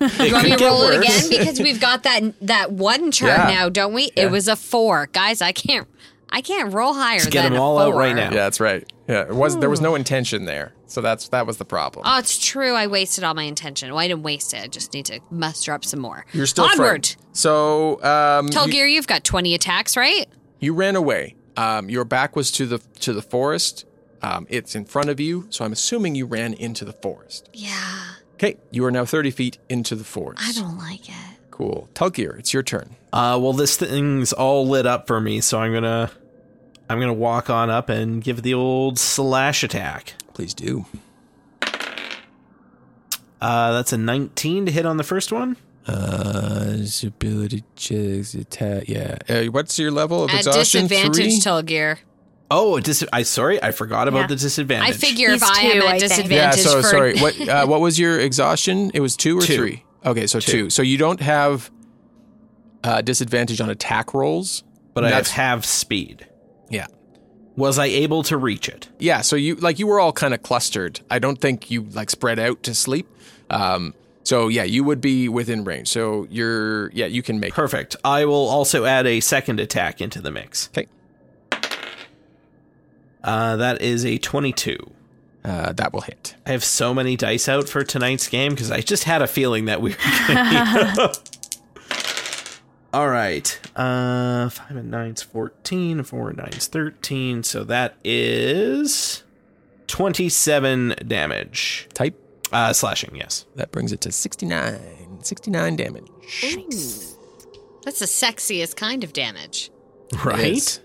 S4: It
S2: you want me
S4: could
S2: to
S4: get
S2: roll it
S4: worse.
S2: again? Because we've got that that one chart
S5: Yeah.
S2: now, don't we?
S5: Yeah.
S2: It was a four. Guys, I can't I can't roll higher
S4: Just get
S2: than
S4: them
S2: a
S4: all out right
S2: four.
S4: now.
S5: Yeah, that's right. Yeah, it was there was
S2: Hmm.
S5: no intention there, so that's that was the problem.
S2: Oh, it's true. I wasted all my intention. Well, I didn't waste it. I just need to muster up some more.
S5: You're still
S2: Onward.
S5: frightened. So um,
S2: Tall
S5: you,
S2: Gear, you've got 20 attacks, right?
S5: you ran away. Um, your back was to the to the forest. Um, it's in front of you, so I'm assuming you ran into the forest.
S2: Yeah.
S5: Okay, you are now 30 feet into the forest.
S2: I don't like it.
S5: Cool, Tulkir, it's your turn.
S4: Uh, well, this thing's all lit up for me, so I'm gonna, I'm gonna walk on up and give the old slash attack.
S5: Please do.
S4: Uh, that's a 19 to hit on the first one.
S5: Uh, ability checks, attack. Yeah. Uh, what's your level of
S2: At
S5: exhaustion? Three?
S2: disadvantage, Tall Gear.
S4: Oh, a dis- I sorry, I forgot about
S3: Yeah.
S4: the
S2: I
S4: disadvantage.
S2: figure
S3: He's
S2: if I
S3: two,
S2: am
S3: I
S2: at
S3: think.
S5: yeah.
S2: disadvantage
S5: So
S2: for
S5: sorry. What uh, what was your exhaustion? It was two or
S4: Two.
S5: three. Okay, so two.
S4: Two.
S5: So you don't have uh, disadvantage on attack rolls,
S4: but I have
S5: That's-
S4: half speed.
S5: Yeah.
S4: Was I able to reach it?
S5: Yeah, so you like you were all kind of clustered. I don't think you like spread out to sleep. Um, so yeah, you would be within range. So you're yeah, you can make.
S4: Perfect. I will also add a second attack into the mix.
S5: Okay,
S4: Uh, that is a 22.
S5: uh, that will hit.
S4: I have so many dice out for tonight's game because I just had a feeling that we were going to. All right. Uh, 5 and 9's 14, 4 and 9's 13. So that is 27 damage.
S5: Type
S4: Uh, slashing, yes.
S5: that brings it to 69. 69 damage.
S2: That's the sexiest kind of damage.
S4: Right?
S5: Yes.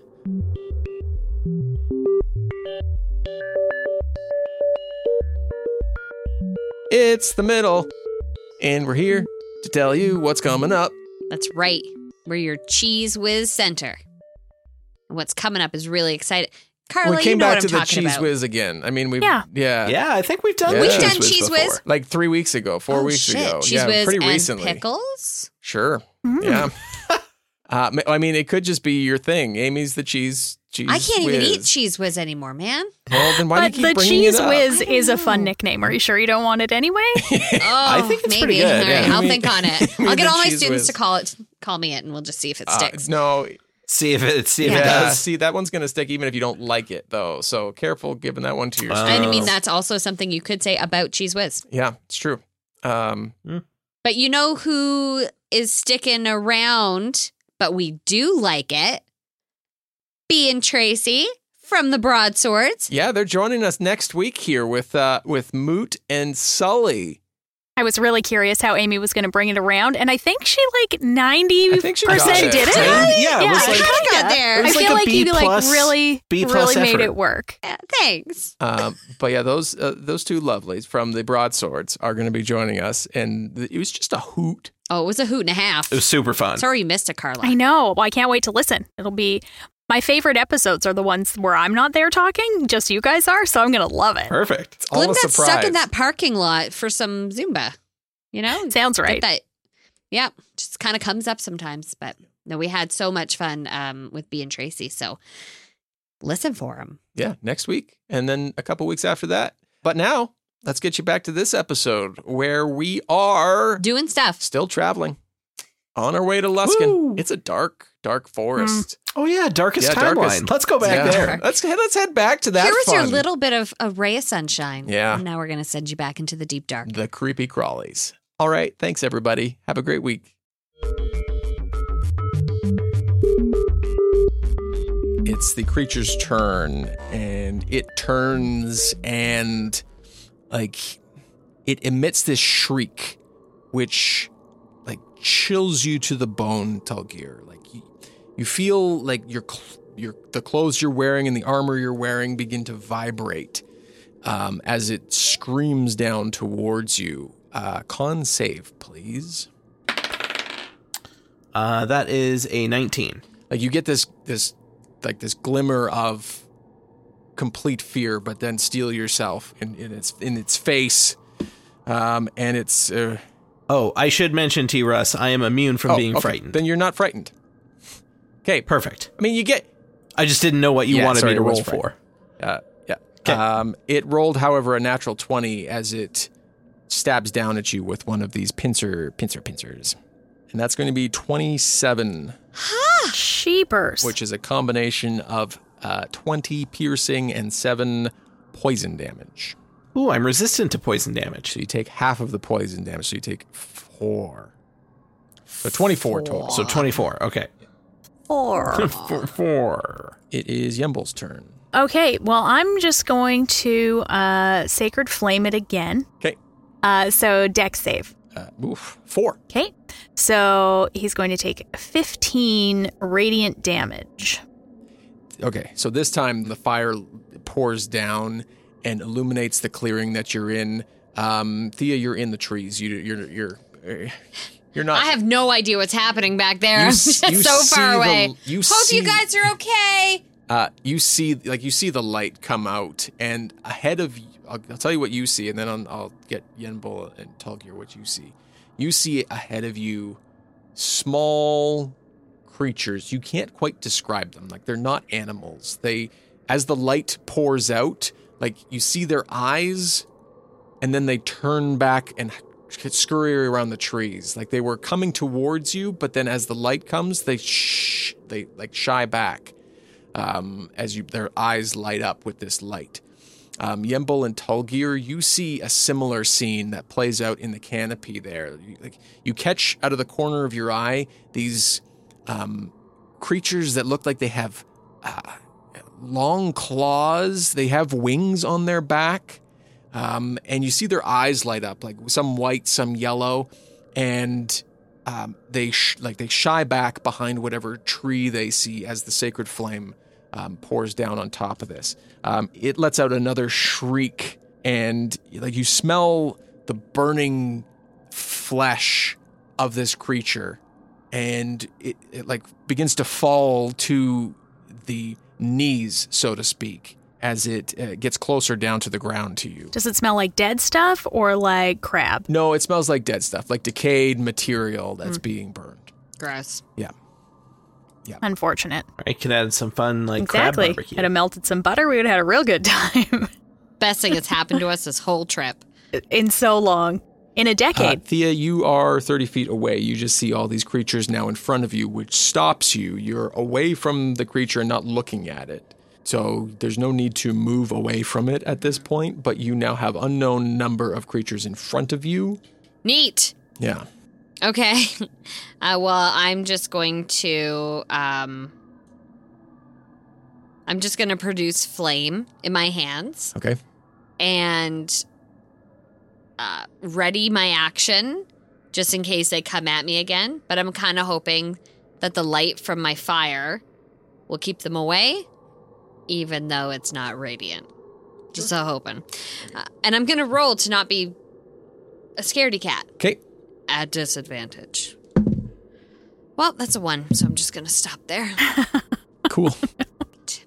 S5: It's the middle, and we're here to tell you what's coming up.
S2: That's right. We're your cheese whiz center. And what's coming up is really exciting. Carla,
S5: we came
S2: you know
S5: back
S2: what I'm
S5: to the
S2: talking
S5: cheese
S2: about.
S5: whiz again. I mean, we
S3: Yeah.
S5: yeah,
S4: Yeah, I think we've done
S5: Yeah.
S4: We've
S5: We've
S4: done
S5: done
S2: cheese whiz.
S4: before.
S5: like three weeks ago, four
S2: Oh,
S5: weeks
S2: shit.
S5: ago.
S2: Cheese
S5: yeah,
S2: whiz
S5: pretty
S2: and
S5: recently.
S2: pickles.
S5: Sure. Yeah. Uh, ma- I mean, it could just be your thing. Amy's the cheese. Cheese.
S2: I can't even
S5: whiz.
S2: eat cheese whiz anymore, man.
S5: Well, then why
S3: But
S5: do you
S3: the
S5: keep bringing
S3: cheese
S5: it up?
S3: whiz is a fun nickname. Are you sure you don't want it anyway?
S2: Oh, I
S4: think it's
S2: maybe.
S4: pretty good,
S2: All right,
S4: yeah.
S2: I'll
S5: I mean-
S2: think on it.
S5: I mean,
S2: I'll get
S5: the
S2: all my
S5: cheese
S2: students
S5: whiz.
S2: to call it, call me it, and we'll just see if it
S5: Uh,
S2: sticks.
S5: no.
S4: See if it, see if
S5: Yeah.
S4: it does.
S5: See, that one's gonna stick even if you don't like it, though. So careful giving that one to your.
S4: Wow.
S2: And I
S5: students.
S2: mean, that's also something you could say about cheese whiz.
S5: Yeah, it's true. Um,
S2: But you know who is sticking around, but we do like it? Bee and Tracy from the Broadswords.
S5: yeah, they're joining us next week here with uh, with Moot and Sully.
S3: I was really curious how Amy was going to bring it around, and I think she like ninety
S5: I think she got
S3: percent
S5: it.
S3: did it.
S5: Really?
S4: Yeah, it was like-
S3: I kinda
S2: Kinda
S3: got
S2: there.
S4: It was
S3: I
S4: like
S3: feel
S4: a
S3: like,
S4: B
S3: you like
S4: plus-
S3: really,
S4: B plus
S3: really made
S4: effort.
S3: it work.
S2: Yeah, Thanks.
S5: Um, but yeah, those uh, those two lovelies from the Broadswords are going to be joining us, and th- it was just a hoot.
S2: Oh, it was a hoot and a half.
S4: It was super fun.
S2: Sorry you missed it, Carla.
S3: I know. Well, I can't wait to listen. It'll be My favorite episodes are the ones where I'm not there talking, just you guys are, so I'm going to love it.
S4: Perfect.
S5: All
S2: Glim
S5: a
S2: got
S5: surprise.
S2: stuck in that parking lot for some Zumba. You know?
S3: Sounds
S2: Get
S3: right.
S2: That, yeah, just kind of comes up sometimes. But no, we had so much fun um, with B and Tracy. So listen for them.
S5: yeah, next week and then a couple weeks after that. But now, let's get you back to this episode where we are
S2: Doing stuff.
S5: still traveling on our way to Luskin.
S4: Woo.
S5: It's a dark, dark forest.
S4: Oh yeah, darkest
S5: Yeah,
S4: timeline.
S5: darkest-
S4: Let's go back
S5: Yeah.
S4: there.
S5: Let's head, let's head back to that
S2: Here was your
S5: fun.
S2: little bit of a ray of sunshine.
S5: Yeah.
S2: And now we're going to send you back into the deep dark.
S5: the creepy crawlies. All right, thanks everybody. Have a great week. It's the creature's turn and it turns and like it emits this shriek which like chills you to the bone, Talgir. Like you, you feel like your cl- your the clothes you're wearing and the armor you're wearing begin to vibrate um, as it screams down towards you. Uh, con save, please.
S4: Uh, that is a 19.
S5: Like you get this this like this glimmer of complete fear, but then steel yourself in, in its in its face, um, and it's uh,
S4: Oh, I should mention T. Russ, I am immune from
S5: oh,
S4: being
S5: okay,
S4: frightened.
S5: Then you're not frightened. Okay,
S4: Perfect.
S5: I mean you get
S4: I just didn't know what you
S5: Yeah,
S4: wanted
S5: sorry,
S4: me to
S5: it was
S4: roll for.
S5: Uh, yeah.
S4: 'Kay.
S5: Um, it rolled, however, a natural twenty as it stabs down at you with one of these pincer, pincer, pincers, and that's going to be twenty-seven,
S3: Sheepers.
S5: which is a combination of uh, twenty piercing and seven poison damage.
S4: Ooh, I'm resistant to poison damage.
S5: So you take half of the poison damage. So you take four. So twenty-four total.
S4: So 24. Okay.
S3: Or-
S4: Four. four.
S5: It is Yembol's turn.
S3: okay, well, I'm just going to uh, Sacred Flame it again.
S5: Okay.
S3: Uh, so, deck save.
S5: Uh, oof. Four.
S3: Okay. So, he's going to take 15 radiant damage.
S5: Okay, so this time the fire pours down and illuminates the clearing that you're in. Um, Thea, you're in the trees. You, you're you're uh, you're not.
S2: I have no idea what's happening back there.
S5: You
S2: I'm
S5: s-
S2: just
S5: you
S2: so far
S5: see
S2: away.
S5: the- you
S2: Hope
S5: see-
S2: you guys are okay.
S5: Uh, you see, like you see the light come out, and ahead of you, I'll, I'll tell you what you see, and then I'll, I'll get Yenbol and Talgir what you see. You see ahead of you small creatures. You can't quite describe them. Like they're not animals. They, as the light pours out, like you see their eyes, and then they turn back and scurry around the trees. Like they were coming towards you, but then as the light comes, they shh, they like shy back um, as you their eyes light up with this light. Um, Yembol and Talgir, you see a similar scene that plays out in the canopy there. You, like, you catch out of the corner of your eye these um, creatures that look like they have uh, long claws. They have wings on their back, um, and you see their eyes light up, like some white, some yellow, and um, they sh- like they shy back behind whatever tree they see as the sacred flame um, pours down on top of this. Um, it lets out another shriek, and like you smell the burning flesh of this creature, and it, it like begins to fall to the knees, so to speak, as it uh, gets closer down to the ground to you.
S3: Does it smell like dead stuff or like crab?
S5: No, it smells like dead stuff, like decayed material that's
S2: Mm.
S5: being burned.
S2: Gross.
S5: Yeah.
S3: Unfortunate.
S4: I can add some fun, like
S3: Exactly.
S4: crab barbecue.
S3: Had have melted some butter, we would have had a real good time
S2: Best thing that's happened to us this whole trip.
S3: in so long. In a
S5: Uh,
S3: decade.
S5: Thea, you are 30 feet away. You just see all these creatures now in front of you, which stops you. You're away from the creature and not looking at it. So there's no need to move away from it at this point, but you now have unknown number of creatures in front of you.
S2: Neat.
S5: Yeah.
S2: Okay. Uh, well, I'm just going to. Um, I'm just going to produce flame in my hands
S5: Okay.
S2: and uh, ready my action just in case they come at me again. But I'm kind of hoping that the light from my fire will keep them away, even though it's not radiant. Just so hoping. Uh, and I'm going to roll to not be a scaredy cat
S5: Okay.
S2: at disadvantage. Well, that's a one, so I'm just gonna stop there.
S5: Cool.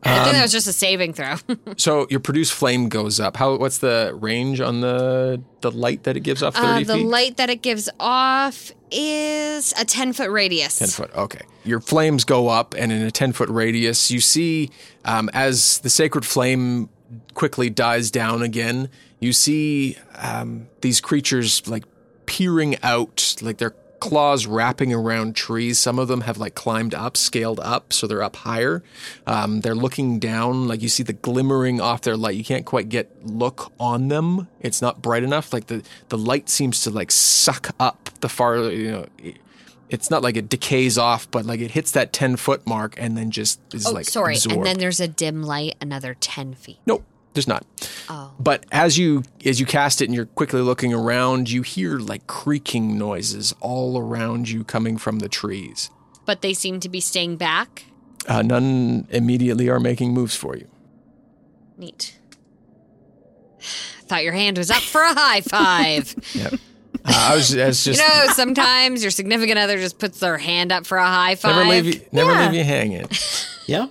S2: I think that was just a saving throw.
S5: so your produced flame goes up. How? What's the range on the the light that it gives off?
S2: Uh,
S5: Thirty
S2: the
S5: feet.
S2: light that it gives off is a 10 foot radius.
S5: 10 foot. Okay. Your flames go up, and in a 10 foot radius, you see um, as the sacred flame quickly dies down again, you see um, these creatures like peering out, like their claws wrapping around trees. Some of them have like climbed up, scaled up, so they're up higher. Um, they're looking down, like you see the glimmering off their light. You can't quite get look on them. It's not bright enough. Like the, the light seems to like suck up the farther, you know it's not like it decays off, but like it hits that ten foot mark and then just is
S2: Oh,
S5: like
S2: sorry.
S5: absorbed.
S2: And then there's a dim light, another 10 feet.
S5: nope, there's not.
S2: Oh.
S5: But as you as you cast it and you're quickly looking around, you hear like creaking noises all around you coming from the trees.
S2: But they seem to be staying back.
S5: Uh, none immediately are making moves for you.
S2: Neat. Thought your hand was up for a high five.
S5: Yep. uh, I was, I was
S2: you
S5: just
S2: know, sometimes your significant other just puts their hand up for a high five.
S5: never leave you, never
S3: Yeah.
S5: leave you hanging.
S4: Yeah.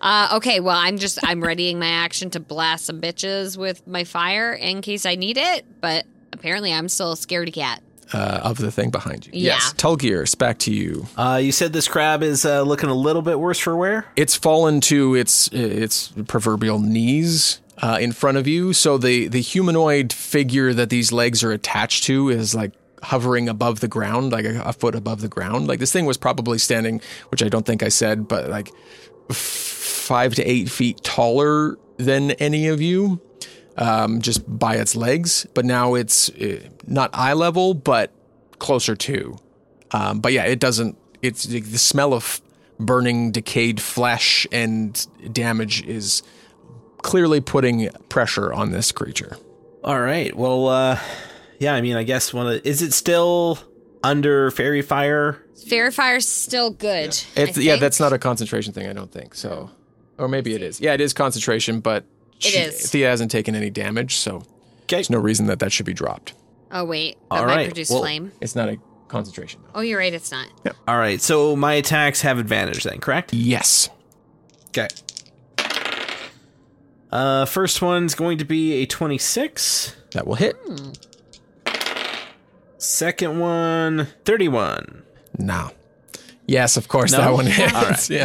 S2: Uh, okay, well, I'm just I'm readying my action to blast some bitches with my fire in case I need it, but apparently I'm still a scaredy cat.
S5: Uh, of the thing behind you.
S2: Yeah.
S5: Yes, Tulgir, it's back to you.
S4: Uh, you said this crab is uh, looking a little bit worse for wear.
S5: it's fallen to its its proverbial knees uh, in front of you. So the the humanoid figure that these legs are attached to is like hovering above the ground, like a, a foot above the ground. Like this thing was probably standing, which I don't think I said, but like f- five to eight feet taller than any of you, um, just by its legs. But now it's uh, not eye level, but closer to. Um, but yeah, it doesn't. It's the the smell of burning, decayed flesh and damage is clearly putting pressure on this creature.
S4: All right. Well, uh, yeah. I mean, I guess one of is it still under fairy fire?
S2: Fair fire's still good. I
S5: It's, yeah,
S2: think.
S5: that's not a concentration thing, I don't think. So, or maybe it is. Yeah, it is concentration, but
S2: It
S5: she-
S2: is.
S5: Thea hasn't taken any damage, so
S4: Okay.
S5: there's no reason that that should be dropped.
S2: Oh wait, that
S4: All
S2: might
S4: right,
S2: produce
S4: well-
S2: flame.
S5: It's not a concentration.
S2: Oh,
S5: Though.
S2: you're right, it's not.
S4: All right. So my attacks have advantage then, correct?
S5: Yes.
S4: Okay. Uh, first one's going to be a twenty-six.
S5: That will hit.
S4: Second one, 31.
S5: Nah. Yes, of course
S4: No?
S5: that one hits.
S4: All right.
S5: Yeah.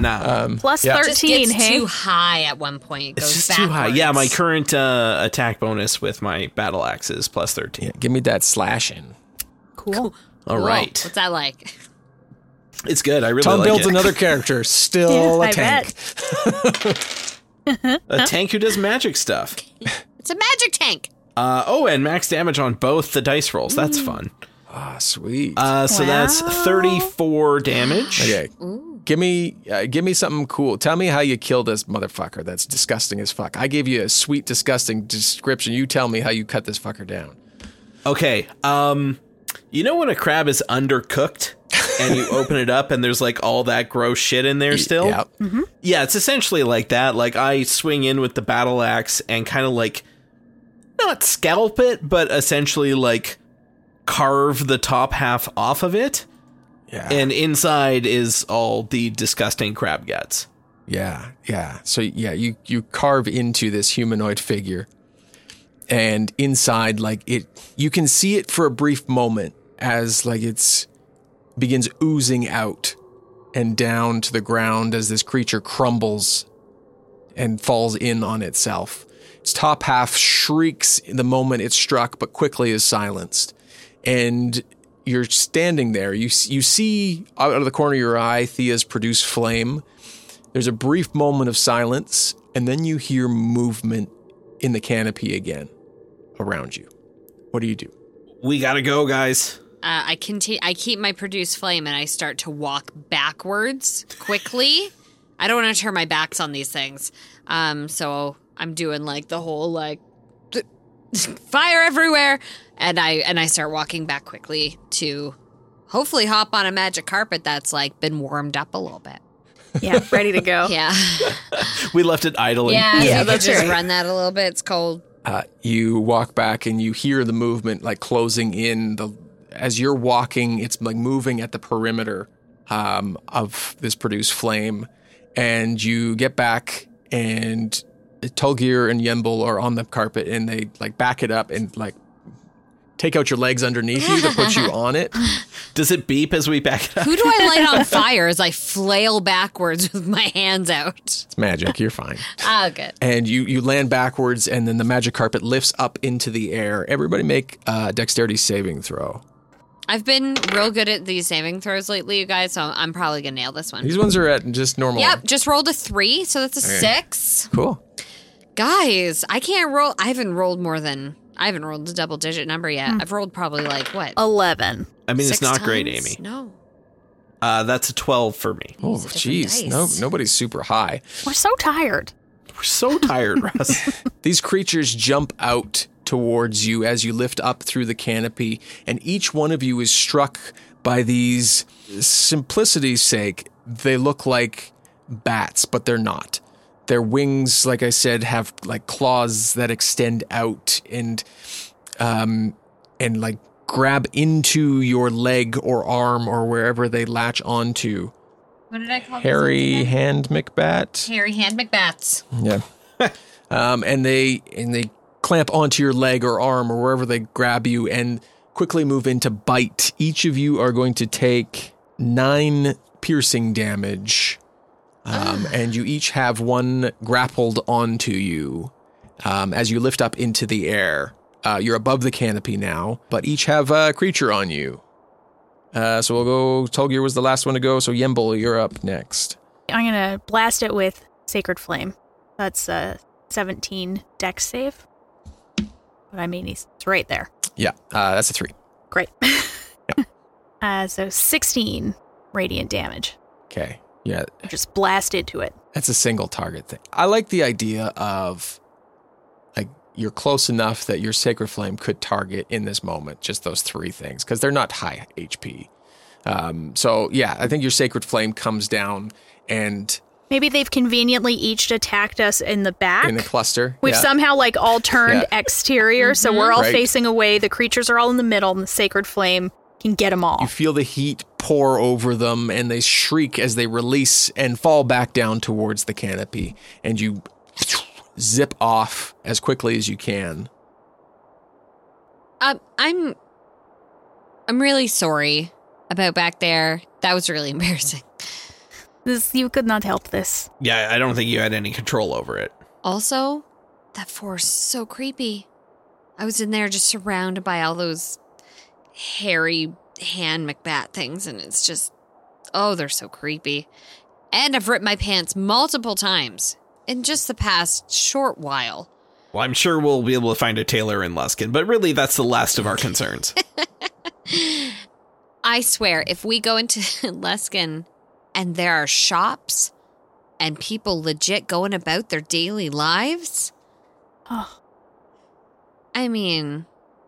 S2: Nah.
S4: Nah.
S3: Plus
S5: yeah.
S2: Just
S3: 13,
S2: gets
S3: hey?
S2: too high at one point. It goes
S4: it's just
S2: backwards.
S4: too high. Yeah, my current uh, attack bonus with my battle axe is plus 13.
S5: Yeah, give me that slashing.
S2: cool. Cool.
S4: All right.
S2: What's that like?
S4: It's good. I really
S5: Tom
S4: like
S5: builds
S4: it.
S5: another character, still
S3: I
S5: a tank.
S4: a tank who does magic stuff.
S2: It's a magic tank.
S4: Uh, oh, and max damage on both the dice rolls. That's fun.
S5: Ah, sweet.
S4: Uh, so that's 34 damage.
S5: Okay. Give me, uh, give me something cool. Tell me how you kill this motherfucker. That's disgusting as fuck. I gave you a sweet, disgusting description. You tell me how you cut this fucker down.
S4: Okay. Um, you know when a crab is undercooked and you open it up and there's like all that gross shit in there still?
S5: Yeah.
S4: Yeah, it's essentially like that. Like I swing in with the battle axe and kind of like not scalp it, but essentially like carve the top half off of it,
S5: Yeah.
S4: and inside is all the disgusting crab guts.
S5: Yeah, yeah. So yeah, you you carve into this humanoid figure, and inside, like it, you can see it for a brief moment as like it's begins oozing out and down to the ground as this creature crumbles and falls in on itself. Its top half shrieks the moment it's struck, but quickly is silenced. And you're standing there. You s- you see out of the corner of your eye, Thea's produced flame. There's a brief moment of silence, and then you hear movement in the canopy again around you. What do you do?
S4: We gotta go, guys.
S2: Uh, I continue. I keep my produce flame, and I start to walk backwards quickly. I don't want to turn my backs on these things, um, so I'm doing like the whole like th- fire everywhere, and I and I start walking back quickly to hopefully hop on a magic carpet that's like been warmed up a little bit.
S3: Yeah, ready to go.
S2: Yeah,
S4: We left it idling.
S2: yeah.
S3: Yeah,
S2: yeah
S3: that's
S2: just
S3: right.
S2: run that a little bit. It's cold.
S5: Uh, you walk back and you hear the movement like closing in the as you're walking it's like moving at the perimeter um, of this produced flame and you get back and Tulgir and Yemble are on the carpet and they like back it up and like take out your legs underneath you to put you on it.
S4: Does it beep as we back it up?
S2: Who do I light on fire as I flail backwards with my hands out?
S5: It's magic, you're fine.
S2: Oh, good.
S5: And you you land backwards and then the magic carpet lifts up into the air. Everybody make a dexterity saving throw.
S2: I've been real good at these saving throws lately, you guys, so I'm probably going to nail this one.
S5: These ones are at just normal.
S2: Yep, just rolled a three, so that's a
S5: Okay.
S2: six.
S5: Cool.
S2: Guys, I can't roll. I haven't rolled more than. I haven't rolled a double digit number yet. I've rolled probably like what?
S3: 11.
S4: I mean,
S2: six
S4: it's not great,
S2: times?
S4: Amy.
S2: No.
S4: Uh, that's a 12 for me.
S5: Oh,
S2: Use a different
S5: jeez. No,
S2: dice.
S5: nobody's super high.
S3: We're so tired.
S4: We're so tired, Russ.
S5: These creatures jump out towards you as you lift up through the canopy, and each one of you is struck by these simplicity's sake. They look like bats, but they're not. Their wings, like I said, have like claws that extend out and um and like grab into your leg or arm or wherever they latch onto.
S2: What did I call
S5: Harry Hand McBat.
S2: Harry Hand McBats.
S5: Yeah. um, and they and they clamp onto your leg or arm or wherever they grab you and quickly move into bite. Each of you are going to take nine piercing damage. Um, and you each have one grappled onto you um, as you lift up into the air. Uh, you're above the canopy now, but each have a creature on you. Uh, so we'll go. Tolgir was the last one to go, so Yemble, you're up next.
S3: I'm going to blast it with Sacred Flame. That's a 17 deck save. But I mean, he's it's right there.
S5: Yeah, uh, that's a three.
S3: Great. uh, so 16 radiant damage.
S5: Okay. Yeah,
S3: Just blast into it.
S5: That's a single target thing. I like the idea of like you're close enough that your sacred flame could target in this moment just those three things because they're not high HP. Um, so yeah, I think your sacred flame comes down and
S3: Maybe they've conveniently each attacked us in the back.
S5: in a cluster.
S3: We've
S5: yeah.
S3: somehow like all turned exterior, so we're all
S5: Right.
S3: facing away. The creatures are all in the middle, and the sacred flame can get them all.
S5: you feel the heat pour over them and they shriek as they release and fall back down towards the canopy and you zip off as quickly as you can.
S2: Um, I'm. I'm really sorry about back there. That was really embarrassing.
S3: This, you could not help this.
S4: yeah, I don't think you had any control over it.
S2: Also, that forest is so creepy. I was in there just surrounded by all those hairy hand McBat things, and it's just, oh, they're so creepy. And I've ripped my pants multiple times in just the past short while.
S4: Well, I'm sure we'll be able to find a tailor in Luskin, but really, that's the last of our concerns.
S2: I swear, if we go into Leskin and there are shops and people legit going about their daily lives,
S3: Oh,
S2: I mean,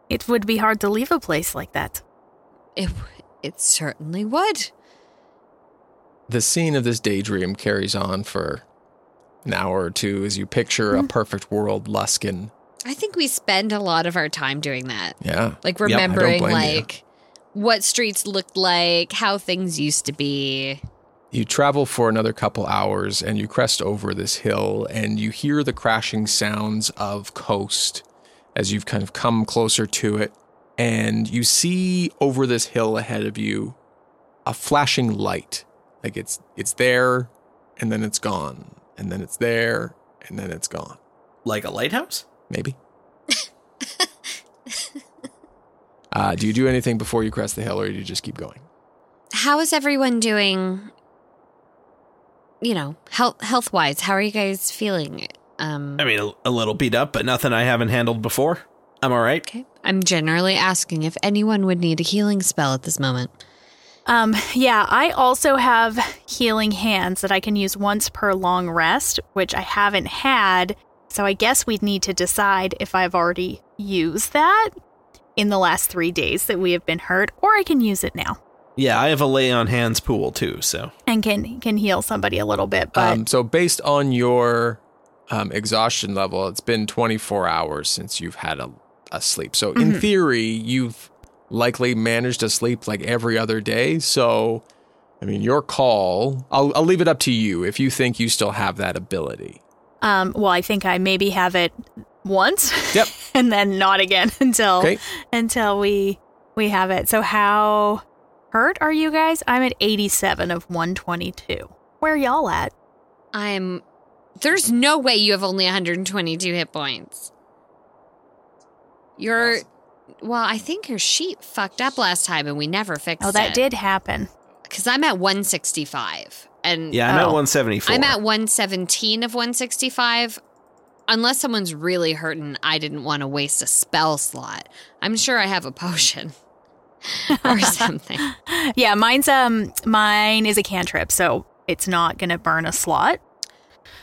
S3: it would be hard to leave a place like that.
S2: it, it certainly would.
S5: the scene of this daydream carries on for an hour or two as you picture
S2: Mm-hmm.
S5: a perfect world Luskin.
S2: I think we spend a lot of our time doing that.
S5: Yeah.
S2: Like
S4: I don't
S2: remembering
S5: blame you.
S2: like what streets looked like, how things used to be.
S5: You travel for another couple hours and you crest over this hill and you hear the crashing sounds of coast as you've kind of come closer to it. And you see over this hill ahead of you a flashing light. Like it's it's there and then it's gone. And then it's there and then it's gone.
S4: like a lighthouse?
S5: Maybe. uh, do you do anything before you crest the hill, or do you just keep going?
S2: How is everyone doing? You know, health health wise, how are you guys feeling? Um
S4: I mean, a, a little beat up, but nothing I haven't handled before. I'm all right.
S2: okay. I'm generally asking if anyone would need a healing spell at this moment.
S3: Um, yeah, I also have healing hands that I can use once per long rest, which I haven't had. So I guess we'd need to decide if I've already used that in the last three days that we have been hurt, or I can use it now
S4: Yeah, I have a lay on hands pool too, so
S3: and can can heal somebody a little bit. But
S5: um, so, based on your um, exhaustion level, it's been 24 hours since you've had a, a sleep. So, in theory, you've likely managed to sleep like every other day. So, I mean, your call. I'll, I'll leave it up to you if you think you still have that ability.
S3: Um, well, I think I maybe have it once.
S5: Yep.
S3: and then not again until
S5: Okay.
S3: until we we have it. So how hurt are you guys? I'm at 87 of 122. Where y'all at?
S2: I'm. There's no way you have only 122 hit points. Your, well, I think your sheet fucked up last time and we never fixed it.
S3: Oh, that did happen.
S2: Because I'm at 165. And
S4: Yeah, I'm at
S3: Oh.
S4: 174.
S2: I'm at 117 of 165. Unless someone's really hurting, I didn't want to waste a spell slot. I'm sure I have a potion or something.
S3: Yeah, mine's um mine is a cantrip, so it's not going to burn a slot.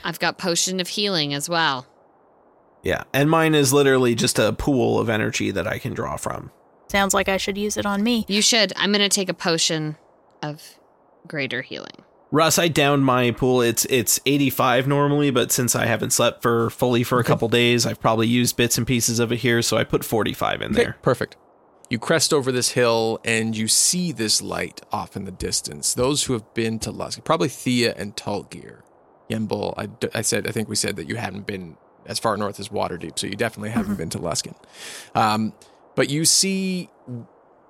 S2: I've got potion of healing as well.
S4: yeah, and mine is literally just a pool of energy that I can draw from.
S3: Sounds like I should use it on me.
S2: You should. I'm going to take a potion of greater healing.
S4: Russ, I downed my pool. It's it's 85 normally, but since I haven't slept for fully for a couple days, I've probably used bits and pieces of it here, so I put 45 in
S5: Okay,
S4: there.
S5: perfect. You crest over this hill and you see this light off in the distance. Those who have been to Lusk, probably Thea and Talgear. Yembol, I, d- I said, I think we said that you hadn't been as far north as Waterdeep, so you definitely haven't been to Luskin. Um, but you see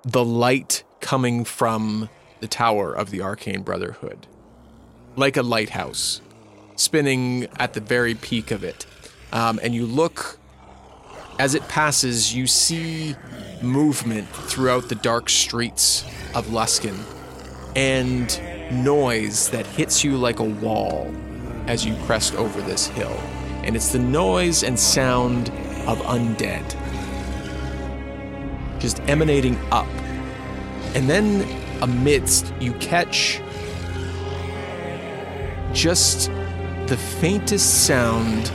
S5: the light coming from the tower of the Arcane Brotherhood, like a lighthouse, spinning at the very peak of it. Um, and you look as it passes, you see movement throughout the dark streets of Luskin and noise that hits you like a wall as you crest over this hill. And it's the noise and sound of undead just emanating up. And then amidst, you catch just the faintest sound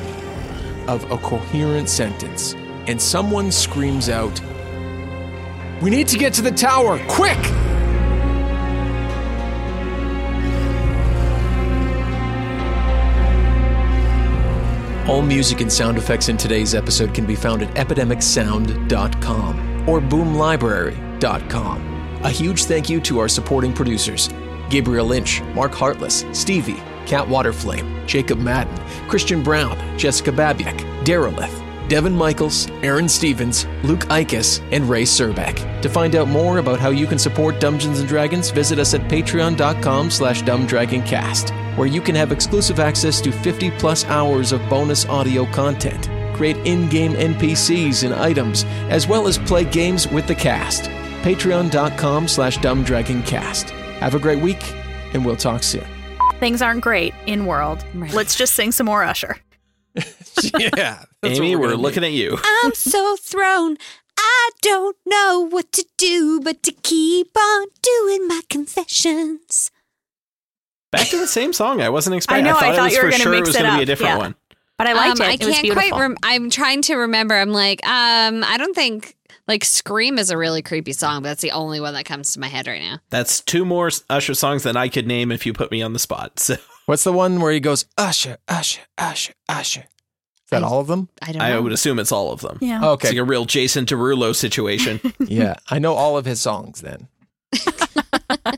S5: of a coherent sentence, and someone screams out, We need to get to the tower, quick! All music and sound effects in today's episode can be found at epidemicsound.com or boomlibrary.com. A huge thank you to our supporting producers Gabriel Lynch, Mark Hartless, Stevie, Cat Waterflame, Jacob Madden, Christian Brown, Jessica Babiak, Derelith, Devin Michaels, Aaron Stevens, Luke Ikus, and Ray Serbeck. To find out more about how you can support Dungeons and Dragons, visit us at patreon.com slash dumbdragoncast, where you can have exclusive access to 50 plus hours of bonus audio content, create in-game NPCs and items, as well as play games with the cast. Patreon.com slash dumbdragoncast. Have a great week, and we'll talk soon.
S3: Things aren't great in world.
S2: Right.
S3: Let's just sing some more Usher.
S5: yeah.
S4: Amy, we're, looking at you.
S2: I'm so thrown. I don't know what to do but to keep on doing my confessions.
S4: Back to the same song. I wasn't expecting.
S3: know, I
S4: thought, it
S3: thought
S4: was
S3: you
S4: for
S3: were gonna
S4: sure it
S3: mix
S4: was
S3: it
S4: going to be a
S3: up.
S4: different
S3: Yeah.
S4: one.
S3: But I liked
S2: Um,
S3: it.
S2: I
S3: It was
S2: can't quite.
S3: beautiful.
S2: Rem- I'm trying to remember. I'm like, um, I don't think like "Scream" is a really creepy song, but that's the only one that comes to my head right now.
S4: That's two more Usher songs than I could name if you put me on the spot. So
S5: What's the one where he goes, Usher, Usher, Usher, Usher? Is that
S2: I-
S5: all of them?
S2: I don't.
S4: I
S2: know.
S4: would assume it's all of them.
S3: yeah.
S5: Okay.
S4: It's like a real Jason Derulo situation.
S5: yeah, I know all of his songs then.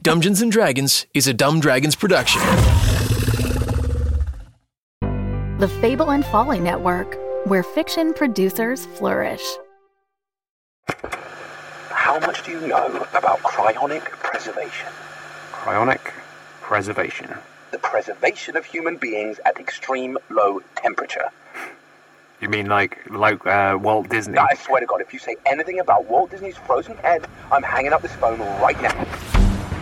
S5: Dungeons and Dragons is a Dumb Dragons production.
S1: The Fable and Folly Network, where fiction producers flourish.
S6: How much do you know about cryonic preservation?
S7: Cryonic preservation.
S6: The preservation of human beings at extreme low temperature.
S7: You mean like like uh, Walt Disney?
S6: I swear to God, if you say anything about Walt Disney's frozen head, I'm hanging up this phone right now.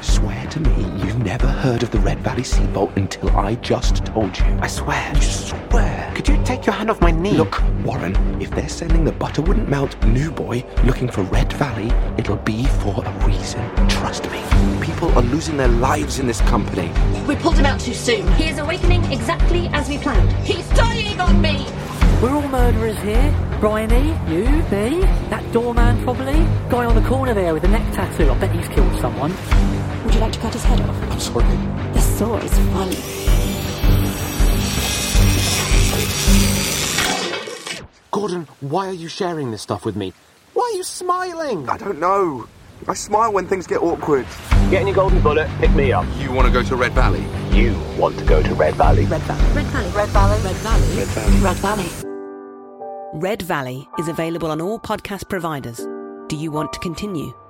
S8: Swear to me you've never heard of the Red Valley Seabolt until I just told you. I swear. You swear? Could you take your hand off my knee? Look, Warren, if they're sending the butter wouldn't melt new boy looking for Red Valley, it'll be for a reason. Trust me. People are losing their lives in this company.
S9: We pulled him out too soon. He is awakening exactly as we planned. He's dying on me!
S10: We're all murderers here. Bryony, you, me, that doorman probably. Guy on the corner there with the neck tattoo. I bet he's killed someone.
S9: Would you like to cut his head off?
S8: I'm sorry.
S9: The saw is funny.
S8: Gordon, why are you sharing this stuff with me? Why are you smiling?
S7: don't know. I smile when things get awkward.
S3: Get in your golden bullet, pick me up. You want to go to Red Valley? You want to go to Red Valley. Red Valley.
S7: Red Valley. Red Valley. Red Valley.
S3: Red Valley.
S7: Red Valley. Red Valley is available on all podcast providers. Do you want to continue?